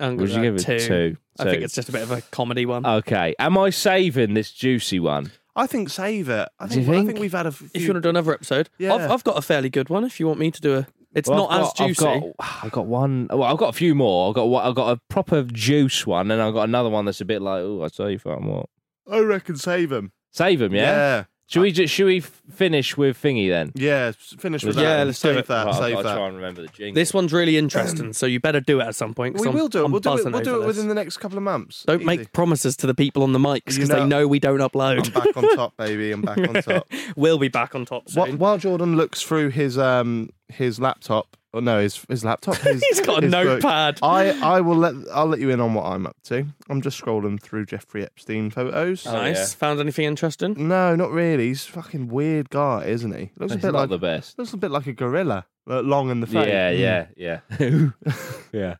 [SPEAKER 4] I'm
[SPEAKER 5] would
[SPEAKER 4] gonna
[SPEAKER 5] you give it
[SPEAKER 4] two.
[SPEAKER 5] two? two?
[SPEAKER 4] I think it's just a bit of a comedy one.
[SPEAKER 1] Uh,
[SPEAKER 5] okay. Am I saving this juicy one?
[SPEAKER 1] I think save it. I
[SPEAKER 5] Do you
[SPEAKER 1] think, I
[SPEAKER 5] think?
[SPEAKER 1] think we've had a few.
[SPEAKER 4] if you want to do another episode,
[SPEAKER 1] Yeah.
[SPEAKER 4] I've, I've got a fairly good one. If you want me to do a It's
[SPEAKER 5] Well,
[SPEAKER 4] not
[SPEAKER 5] I've
[SPEAKER 4] as
[SPEAKER 5] got-
[SPEAKER 4] juicy.
[SPEAKER 5] I've got, I've got one. Well, I've got a few more. I've got one- I've got a proper juice one, and I've got another one that's a bit like, oh, I tell you fucking what.
[SPEAKER 1] I reckon save him.
[SPEAKER 5] Save them, yeah.
[SPEAKER 1] Yeah.
[SPEAKER 5] Should we just should we f- finish with thingy then?
[SPEAKER 1] Yeah, s- finish with
[SPEAKER 4] Yeah,
[SPEAKER 1] that.
[SPEAKER 4] let's do
[SPEAKER 1] save
[SPEAKER 4] it.
[SPEAKER 1] that.
[SPEAKER 5] Well, I've
[SPEAKER 1] save
[SPEAKER 5] got to try
[SPEAKER 1] that.
[SPEAKER 5] and remember the jingle.
[SPEAKER 4] This one's really interesting, so you better do it at some point. 'cause
[SPEAKER 1] We
[SPEAKER 4] I'm-
[SPEAKER 1] will do it.
[SPEAKER 4] I'm
[SPEAKER 1] We'll do it.
[SPEAKER 4] buzzing
[SPEAKER 1] We'll do
[SPEAKER 4] over
[SPEAKER 1] it
[SPEAKER 4] this.
[SPEAKER 1] within the next couple of months.
[SPEAKER 4] Don't
[SPEAKER 1] Easy.
[SPEAKER 4] make promises to the people on the mics
[SPEAKER 1] You
[SPEAKER 4] because they
[SPEAKER 1] know-
[SPEAKER 4] know we don't
[SPEAKER 1] I'm
[SPEAKER 4] upload.
[SPEAKER 1] back on top, baby. I'm back on top.
[SPEAKER 4] we'll be back on top
[SPEAKER 1] Wh-
[SPEAKER 4] soon.
[SPEAKER 1] While Jordan looks through his um his laptop, or no, his his laptop. His,
[SPEAKER 4] He's got a
[SPEAKER 1] his book,
[SPEAKER 4] notepad.
[SPEAKER 1] I I will let I'll let you in on what I'm up to. I'm just scrolling through Jeffrey Epstein photos.
[SPEAKER 4] nice.
[SPEAKER 5] Oh, yeah.
[SPEAKER 4] Found anything interesting?
[SPEAKER 1] No, not really. He's a fucking weird guy, isn't he? Looks
[SPEAKER 5] It's
[SPEAKER 1] a bit
[SPEAKER 5] not
[SPEAKER 1] like
[SPEAKER 5] the best.
[SPEAKER 1] looks a bit like a gorilla, uh, long in the face.
[SPEAKER 5] Yeah,
[SPEAKER 4] Mm.
[SPEAKER 5] yeah, yeah, yeah.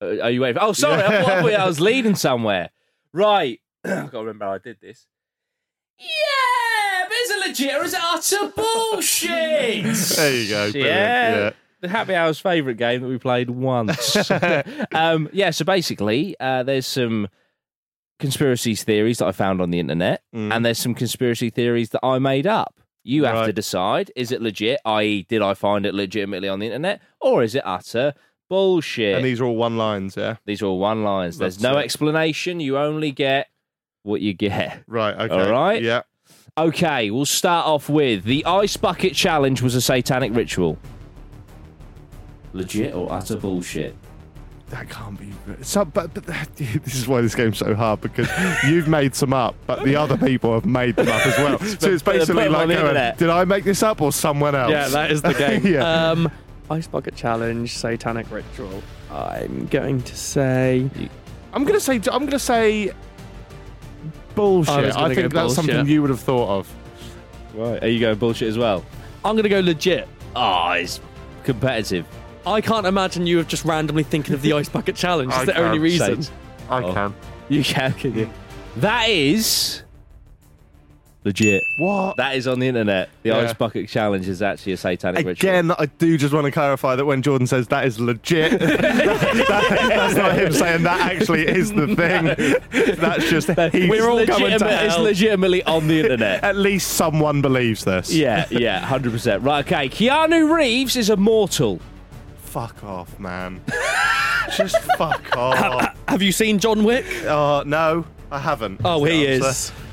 [SPEAKER 5] Uh, are you waiting? For- oh, sorry. I, thought, I thought I was leading somewhere. Right. I've got to remember how I did this. Yeah, but is it legit or is it utter bullshit?
[SPEAKER 1] There you go. Oh, brilliant,
[SPEAKER 5] Yeah. The Happy Hour's favourite game that we played once. um, yeah, so basically, uh, there's some conspiracy theories that I found on the internet,
[SPEAKER 1] Mm.
[SPEAKER 5] and there's some conspiracy theories that I made up. You have to
[SPEAKER 1] Right.
[SPEAKER 5] decide is it legit, i.e., did I find it legitimately on the internet, or is it utter bullshit?
[SPEAKER 1] And these are all one lines, yeah.
[SPEAKER 5] These are all one lines. There's
[SPEAKER 1] That's
[SPEAKER 5] no
[SPEAKER 1] it.
[SPEAKER 5] explanation. You only get what you get.
[SPEAKER 1] Right. Okay.
[SPEAKER 5] All right.
[SPEAKER 1] Yeah.
[SPEAKER 5] Okay, we'll start off with the ice bucket challenge was a satanic ritual. Legit or utter bullshit?
[SPEAKER 1] That can't be. So, but, but that, this is why this game's so hard because you've made some up, but the other people have made them up as well. So it's
[SPEAKER 5] Put them
[SPEAKER 1] basically
[SPEAKER 5] on
[SPEAKER 1] like,
[SPEAKER 5] the
[SPEAKER 1] going,
[SPEAKER 5] internet. uh,
[SPEAKER 1] did I make this up or someone else?
[SPEAKER 4] Yeah, that is the game.
[SPEAKER 1] Yeah.
[SPEAKER 4] um, Ice Bucket Challenge, Satanic Ritual. I'm going to say.
[SPEAKER 1] I'm gonna say. I'm gonna say. Bullshit.
[SPEAKER 4] I was
[SPEAKER 1] I,
[SPEAKER 4] gonna
[SPEAKER 1] think that's
[SPEAKER 4] go bullshit.
[SPEAKER 1] something you would have thought of.
[SPEAKER 5] Right. Are you going bullshit as well?
[SPEAKER 4] I'm going to go legit.
[SPEAKER 5] Oh, it's competitive.
[SPEAKER 4] I can't imagine you have just randomly thinking of the Ice Bucket Challenge. It's
[SPEAKER 1] I
[SPEAKER 4] the only
[SPEAKER 1] can't
[SPEAKER 4] reason.
[SPEAKER 5] say.
[SPEAKER 1] I
[SPEAKER 5] Oh.
[SPEAKER 1] can.
[SPEAKER 5] You can, can you? That is legit.
[SPEAKER 1] What?
[SPEAKER 5] That is on the internet. The
[SPEAKER 1] Yeah.
[SPEAKER 5] ice bucket challenge is actually a satanic ritual.
[SPEAKER 1] Again, I do just want to clarify that when Jordan says that is legit, that- that's not him saying that actually is the thing. That's just he's
[SPEAKER 5] We're all
[SPEAKER 1] coming
[SPEAKER 5] legitimate,
[SPEAKER 1] to
[SPEAKER 5] It's
[SPEAKER 1] hell.
[SPEAKER 5] legitimately on the internet.
[SPEAKER 1] At least someone believes this.
[SPEAKER 5] yeah, yeah, hundred percent. Right. Okay. Keanu Reeves is immortal.
[SPEAKER 1] Fuck off, man. just fuck off.
[SPEAKER 4] Have you seen John Wick?
[SPEAKER 1] Oh, no, I haven't.
[SPEAKER 4] Oh,
[SPEAKER 1] That's
[SPEAKER 4] he
[SPEAKER 1] the
[SPEAKER 4] is.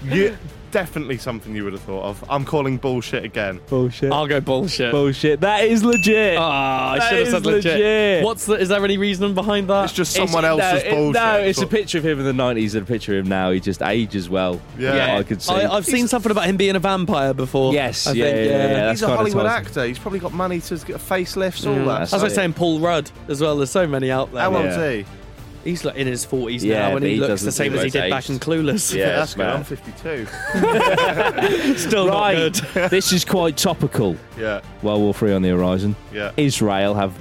[SPEAKER 1] answer. You, definitely something you would have thought of. I'm calling bullshit again.
[SPEAKER 5] Bullshit.
[SPEAKER 4] I'll go bullshit.
[SPEAKER 5] Bullshit. That is legit.
[SPEAKER 4] Ah, I
[SPEAKER 5] That
[SPEAKER 4] should have
[SPEAKER 5] is
[SPEAKER 4] said legit.
[SPEAKER 5] legit.
[SPEAKER 4] What's the, is there any reasoning behind that?
[SPEAKER 1] It's just someone
[SPEAKER 5] It's-
[SPEAKER 1] else's
[SPEAKER 5] no, it-
[SPEAKER 1] bullshit.
[SPEAKER 5] No, it's a
[SPEAKER 1] But-
[SPEAKER 5] picture of him in the nineties and a picture of him now. He just ages well.
[SPEAKER 1] Yeah. Yeah.
[SPEAKER 5] I could see.
[SPEAKER 4] I, I've seen something about him being a vampire before.
[SPEAKER 5] Yes,
[SPEAKER 4] I
[SPEAKER 5] yeah,
[SPEAKER 4] think,
[SPEAKER 5] yeah, yeah, yeah.
[SPEAKER 1] He's
[SPEAKER 5] That's
[SPEAKER 1] a
[SPEAKER 5] kinda
[SPEAKER 1] Hollywood
[SPEAKER 5] tells-
[SPEAKER 1] actor. He's probably got money to get facelifts, all
[SPEAKER 5] that's
[SPEAKER 1] that.
[SPEAKER 4] As I
[SPEAKER 5] Oh,
[SPEAKER 4] was
[SPEAKER 5] yeah.
[SPEAKER 4] saying, Paul Rudd as well. There's so many out there.
[SPEAKER 1] How old's
[SPEAKER 5] Yeah.
[SPEAKER 1] he?
[SPEAKER 4] He's like in his 40s
[SPEAKER 5] Yeah,
[SPEAKER 4] now,
[SPEAKER 5] but
[SPEAKER 4] and he,
[SPEAKER 5] he
[SPEAKER 4] looks
[SPEAKER 5] doesn't
[SPEAKER 4] the same
[SPEAKER 5] seem
[SPEAKER 4] as he
[SPEAKER 5] like
[SPEAKER 4] did
[SPEAKER 5] aged.
[SPEAKER 4] back in Clueless.
[SPEAKER 5] Yeah,
[SPEAKER 1] That's
[SPEAKER 5] it's
[SPEAKER 1] good. I'm
[SPEAKER 5] mad.
[SPEAKER 1] 52.
[SPEAKER 4] Still
[SPEAKER 5] Right.
[SPEAKER 4] not good.
[SPEAKER 5] this is quite topical.
[SPEAKER 1] yeah,
[SPEAKER 5] World War Three on the horizon.
[SPEAKER 1] yeah.
[SPEAKER 5] Israel have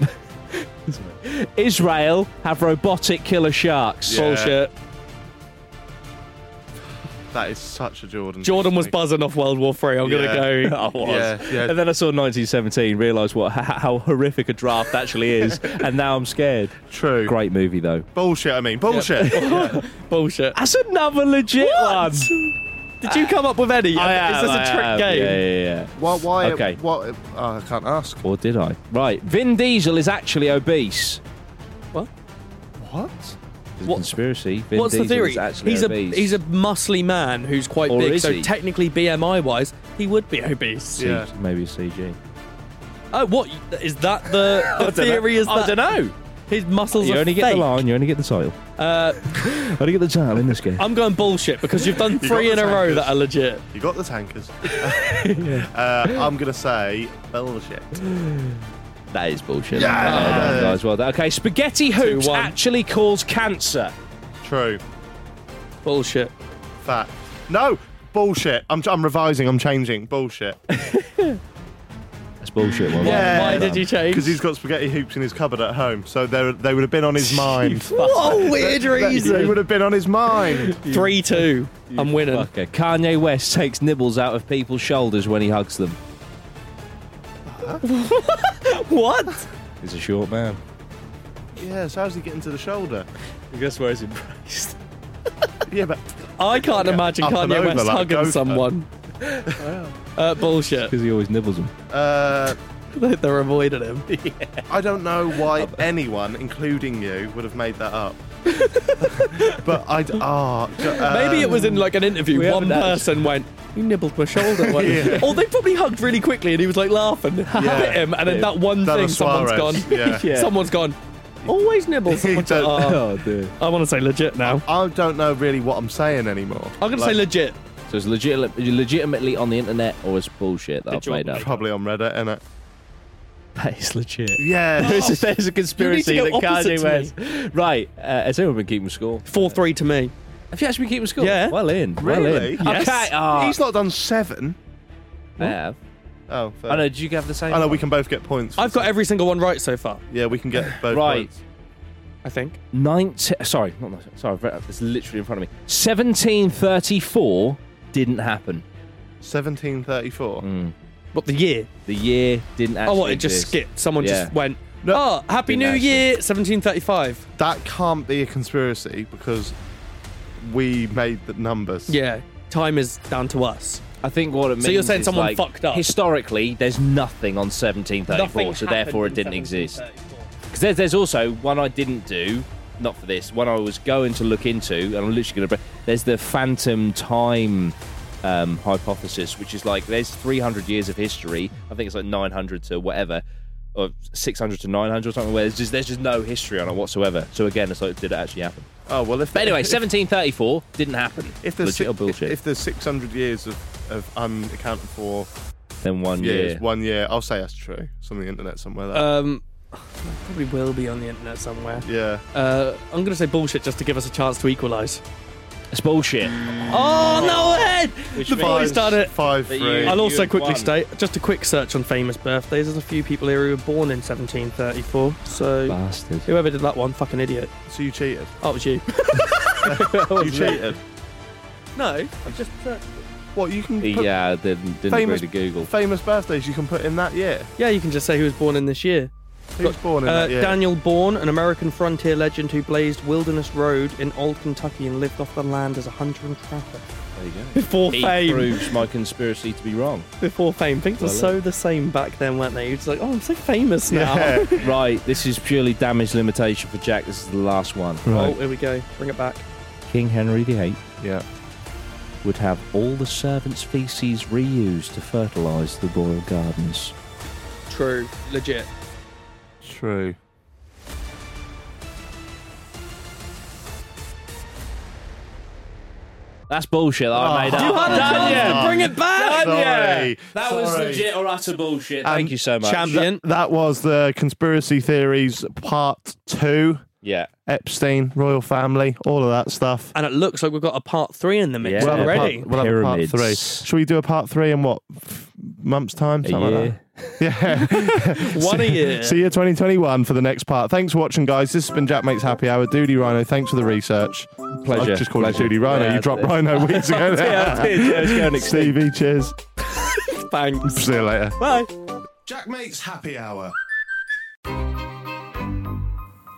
[SPEAKER 5] Israel have robotic killer sharks.
[SPEAKER 1] Yeah.
[SPEAKER 4] Bullshit.
[SPEAKER 1] That is such a Jordan.
[SPEAKER 4] Jordan was
[SPEAKER 1] mistake.
[SPEAKER 4] buzzing off World War Three. I'm
[SPEAKER 1] Yeah.
[SPEAKER 4] gonna go.
[SPEAKER 5] I was.
[SPEAKER 1] Yeah, yeah.
[SPEAKER 5] And then I saw 1917, realised what how, how horrific a draft actually is, and now I'm scared.
[SPEAKER 1] True.
[SPEAKER 5] Great movie though.
[SPEAKER 1] Bullshit, I mean. Bullshit.
[SPEAKER 4] Bullshit.
[SPEAKER 5] That's another legit one.
[SPEAKER 4] Did you come up with any?
[SPEAKER 5] I
[SPEAKER 4] is this
[SPEAKER 5] am,
[SPEAKER 4] a
[SPEAKER 5] I
[SPEAKER 4] trick
[SPEAKER 5] am.
[SPEAKER 4] game?
[SPEAKER 5] Yeah, yeah, yeah.
[SPEAKER 1] why? why
[SPEAKER 5] Okay.
[SPEAKER 1] What, oh, I can't ask.
[SPEAKER 5] Or did I? Right. Vin Diesel is actually obese.
[SPEAKER 4] What?
[SPEAKER 1] What?
[SPEAKER 5] There's a
[SPEAKER 4] What-
[SPEAKER 5] Conspiracy. Vin
[SPEAKER 4] What's the
[SPEAKER 5] Diesel
[SPEAKER 4] theory?
[SPEAKER 5] Is actually
[SPEAKER 4] He's a
[SPEAKER 5] obese.
[SPEAKER 4] he's a muscly man who's quite
[SPEAKER 5] Or
[SPEAKER 4] big,
[SPEAKER 5] is
[SPEAKER 4] so
[SPEAKER 5] he?
[SPEAKER 4] technically BMI wise, he would be obese.
[SPEAKER 5] C-
[SPEAKER 1] Yeah.
[SPEAKER 5] maybe a CG.
[SPEAKER 4] Oh, what is that? The, the theory is
[SPEAKER 5] I
[SPEAKER 4] that
[SPEAKER 5] don't know.
[SPEAKER 4] his muscles
[SPEAKER 5] You
[SPEAKER 4] are
[SPEAKER 5] only
[SPEAKER 4] fake.
[SPEAKER 5] get the line. You only get the title.
[SPEAKER 4] Uh,
[SPEAKER 5] Only get the title in this game.
[SPEAKER 4] I'm going bullshit because you've done
[SPEAKER 1] got
[SPEAKER 4] three
[SPEAKER 1] the
[SPEAKER 4] in a row
[SPEAKER 1] tankers.
[SPEAKER 4] that are legit.
[SPEAKER 1] You got the tankers. uh, I'm going to say bullshit.
[SPEAKER 5] That is bullshit.
[SPEAKER 1] Yeah.
[SPEAKER 5] Well done, guys. Well done. Okay, spaghetti hoops
[SPEAKER 4] one.
[SPEAKER 5] actually cause cancer.
[SPEAKER 1] True.
[SPEAKER 4] Bullshit.
[SPEAKER 1] Fact. No. Bullshit. I'm, I'm revising. I'm changing. Bullshit.
[SPEAKER 5] That's bullshit. Well,
[SPEAKER 1] Yeah.
[SPEAKER 5] well
[SPEAKER 4] Why
[SPEAKER 5] done.
[SPEAKER 4] did you change?
[SPEAKER 1] Because he's got spaghetti hoops in his cupboard at home, so they they would have been on his mind.
[SPEAKER 4] What a weird
[SPEAKER 1] They would
[SPEAKER 4] reason.
[SPEAKER 1] have been on his mind.
[SPEAKER 4] Three two. I'm winning.
[SPEAKER 5] Okay, Kanye West takes nibbles out of people's shoulders when he hugs them.
[SPEAKER 4] What?
[SPEAKER 5] He's a short man.
[SPEAKER 1] yeah. So how's he getting to the shoulder?
[SPEAKER 5] I guess where he's embraced.
[SPEAKER 1] Yeah, but
[SPEAKER 4] I can't imagine
[SPEAKER 1] up and
[SPEAKER 4] Kanye
[SPEAKER 1] over
[SPEAKER 4] West
[SPEAKER 1] like a
[SPEAKER 4] hugging
[SPEAKER 1] gopher.
[SPEAKER 4] someone. uh, bullshit.
[SPEAKER 5] Because he always nibbles them.
[SPEAKER 1] uh,
[SPEAKER 4] They- They're avoiding him.
[SPEAKER 1] I don't know why anyone, including you, would have made that up. but I ah
[SPEAKER 4] Maybe it
[SPEAKER 1] Um,
[SPEAKER 4] was in like an interview. One
[SPEAKER 5] haven't actually-
[SPEAKER 4] person went, "You nibbled my shoulder." One. Or they probably hugged really quickly, and he was like laughing, bit him, and then that one
[SPEAKER 1] That
[SPEAKER 4] thing,
[SPEAKER 1] was
[SPEAKER 4] someone's
[SPEAKER 1] Suarez,
[SPEAKER 4] gone.
[SPEAKER 1] yeah.
[SPEAKER 5] Yeah.
[SPEAKER 4] Someone's gone. Always nibbles. Someone's
[SPEAKER 1] He
[SPEAKER 4] gone,
[SPEAKER 1] don't-
[SPEAKER 4] "Oh."
[SPEAKER 5] Oh, dude.
[SPEAKER 4] I want to say legit now.
[SPEAKER 1] I don't know really what I'm saying anymore.
[SPEAKER 4] I'm gonna say
[SPEAKER 1] Like,
[SPEAKER 4] legit.
[SPEAKER 5] So it's legit, legitimately on the internet or it's bullshit that I've made up?
[SPEAKER 1] Probably on Reddit, innit?
[SPEAKER 5] That is legit.
[SPEAKER 1] Yeah.
[SPEAKER 5] There's, there's a conspiracy
[SPEAKER 4] You
[SPEAKER 5] that
[SPEAKER 4] need to go
[SPEAKER 5] Kanye West.
[SPEAKER 4] opposite
[SPEAKER 5] Right, uh, has anyone been keeping score?
[SPEAKER 4] Four three to me.
[SPEAKER 5] Have you actually been keeping score?
[SPEAKER 4] Yeah.
[SPEAKER 5] Well in. Well
[SPEAKER 1] Really?
[SPEAKER 5] in.
[SPEAKER 4] Yes.
[SPEAKER 5] Okay. ah,
[SPEAKER 1] He's not done seven.
[SPEAKER 5] I have.
[SPEAKER 1] Oh, fair.
[SPEAKER 5] I know. Did you have the same?
[SPEAKER 1] I know we can both get points. for
[SPEAKER 4] I've got every single one right so far.
[SPEAKER 1] Yeah, we can get both.
[SPEAKER 5] Right.
[SPEAKER 1] points.
[SPEAKER 4] I think.
[SPEAKER 5] Nineteen. Sorry, not nineteen. Sorry, I've read- it's literally in front of me. Seventeen thirty-four didn't happen.
[SPEAKER 1] 1734.
[SPEAKER 5] Hmm.
[SPEAKER 4] What the year?
[SPEAKER 5] The year didn't actually.
[SPEAKER 4] Oh, what? It just
[SPEAKER 5] exist.
[SPEAKER 4] skipped. Someone
[SPEAKER 5] Yeah.
[SPEAKER 4] just went.
[SPEAKER 1] No.
[SPEAKER 4] oh, Happy
[SPEAKER 5] Didn't
[SPEAKER 4] New
[SPEAKER 5] actually.
[SPEAKER 4] Year, 1735.
[SPEAKER 1] That can't be a conspiracy because we made the numbers.
[SPEAKER 4] Yeah, time is down to us.
[SPEAKER 5] I think what it means.
[SPEAKER 4] So you're saying
[SPEAKER 5] is,
[SPEAKER 4] someone
[SPEAKER 5] like,
[SPEAKER 4] fucked up?
[SPEAKER 5] Historically, there's nothing on seventeen thirty-four, so therefore it didn't exist. Because there's, there's also one I didn't do, not for this, one I was going to look into, and I'm literally going to. There's the phantom time um, hypothesis, which is like there's 300 years of history. I think it's like 900 to whatever, or 600 to 900 or something. Where there's just there's just no history on it whatsoever. So again, it's like did it actually happen?
[SPEAKER 1] Oh, well, if.
[SPEAKER 5] But anyway,
[SPEAKER 1] if,
[SPEAKER 5] 1734 didn't happen.
[SPEAKER 1] if there's,
[SPEAKER 5] legit
[SPEAKER 1] si-
[SPEAKER 5] or bullshit.
[SPEAKER 1] if there's 600 years of, of unaccounted for
[SPEAKER 5] then one
[SPEAKER 1] years,
[SPEAKER 5] year.
[SPEAKER 1] one year, I'll say that's true. It's on the internet somewhere. That,
[SPEAKER 4] Um, probably will be on the internet somewhere.
[SPEAKER 1] yeah.
[SPEAKER 4] Uh, I'm going to say bullshit just to give us a chance to equalise.
[SPEAKER 5] It's bullshit.
[SPEAKER 4] Oh, no, Ed! the boys
[SPEAKER 1] Five-
[SPEAKER 4] done it.
[SPEAKER 1] Five,
[SPEAKER 5] But
[SPEAKER 1] three.
[SPEAKER 5] you-
[SPEAKER 4] I'll also
[SPEAKER 5] have
[SPEAKER 4] quickly
[SPEAKER 5] won.
[SPEAKER 4] state just a quick search on famous birthdays. There's a few people here who were born in 1734. So
[SPEAKER 5] Bastard.
[SPEAKER 4] whoever did that one, fucking idiot.
[SPEAKER 1] So you cheated.
[SPEAKER 4] Oh, it was you.
[SPEAKER 1] You cheated.
[SPEAKER 4] no, I've just searched.
[SPEAKER 1] What, you can. Put
[SPEAKER 5] Yeah, I didn't, didn't
[SPEAKER 1] famous,
[SPEAKER 5] agree to Google.
[SPEAKER 1] famous birthdays you can put in that year.
[SPEAKER 4] Yeah, you can just say who was born in this year.
[SPEAKER 1] Who's born in
[SPEAKER 4] Uh,
[SPEAKER 1] that year?
[SPEAKER 4] Daniel Bourne, an American frontier legend who blazed Wilderness Road in Old Kentucky and lived off the land as a hunter and trapper.
[SPEAKER 5] There you go.
[SPEAKER 4] Before
[SPEAKER 5] He
[SPEAKER 4] fame,
[SPEAKER 5] proves my conspiracy to be wrong.
[SPEAKER 4] before fame, things were
[SPEAKER 5] Well,
[SPEAKER 4] so the same back then, weren't they? You're just like, oh, I'm so famous now.
[SPEAKER 1] Yeah.
[SPEAKER 5] Right, this is purely damage limitation for Jack. This is the last one.
[SPEAKER 4] Oh, here we go. Bring it back.
[SPEAKER 5] King Henry VIII
[SPEAKER 1] yeah.
[SPEAKER 5] would have all the servants' feces reused to fertilise the royal gardens.
[SPEAKER 4] True. Legit.
[SPEAKER 1] True.
[SPEAKER 5] That's bullshit that I made up.
[SPEAKER 4] You had a
[SPEAKER 5] Done
[SPEAKER 4] chance
[SPEAKER 5] ya.
[SPEAKER 4] to bring it back.
[SPEAKER 5] Done ya.
[SPEAKER 1] Sorry.
[SPEAKER 5] That was
[SPEAKER 1] Sorry.
[SPEAKER 5] legit or utter bullshit. Thank
[SPEAKER 1] Um,
[SPEAKER 5] you so much.
[SPEAKER 4] Champion.
[SPEAKER 1] That was the conspiracy theories part two.
[SPEAKER 5] Yeah.
[SPEAKER 1] Epstein, royal family, all of that stuff.
[SPEAKER 4] And it looks like we've got a part three in the mix
[SPEAKER 5] Yeah. Well,
[SPEAKER 1] a
[SPEAKER 4] already.
[SPEAKER 1] Part, we'll have a part
[SPEAKER 5] Pyramids.
[SPEAKER 1] three. Should we do a part three in what f- month's time?
[SPEAKER 5] A
[SPEAKER 1] Something like
[SPEAKER 5] year.
[SPEAKER 1] that. Yeah.
[SPEAKER 4] One a year.
[SPEAKER 1] See you 2021 for the next part. Thanks for watching, guys. This has been Jack Makes Happy Hour. Doody Rhino, thanks for the research.
[SPEAKER 5] Pleasure.
[SPEAKER 1] I just called
[SPEAKER 5] Pleasure.
[SPEAKER 1] you Doody Rhino.
[SPEAKER 5] Yeah,
[SPEAKER 1] you dropped
[SPEAKER 5] I did.
[SPEAKER 1] Rhino weeks ago.
[SPEAKER 5] Yeah, I did. Yeah, it's going extinct.
[SPEAKER 1] Stevie, cheers.
[SPEAKER 4] Thanks.
[SPEAKER 1] See you later.
[SPEAKER 4] Bye.
[SPEAKER 1] Jack Mates Happy Hour.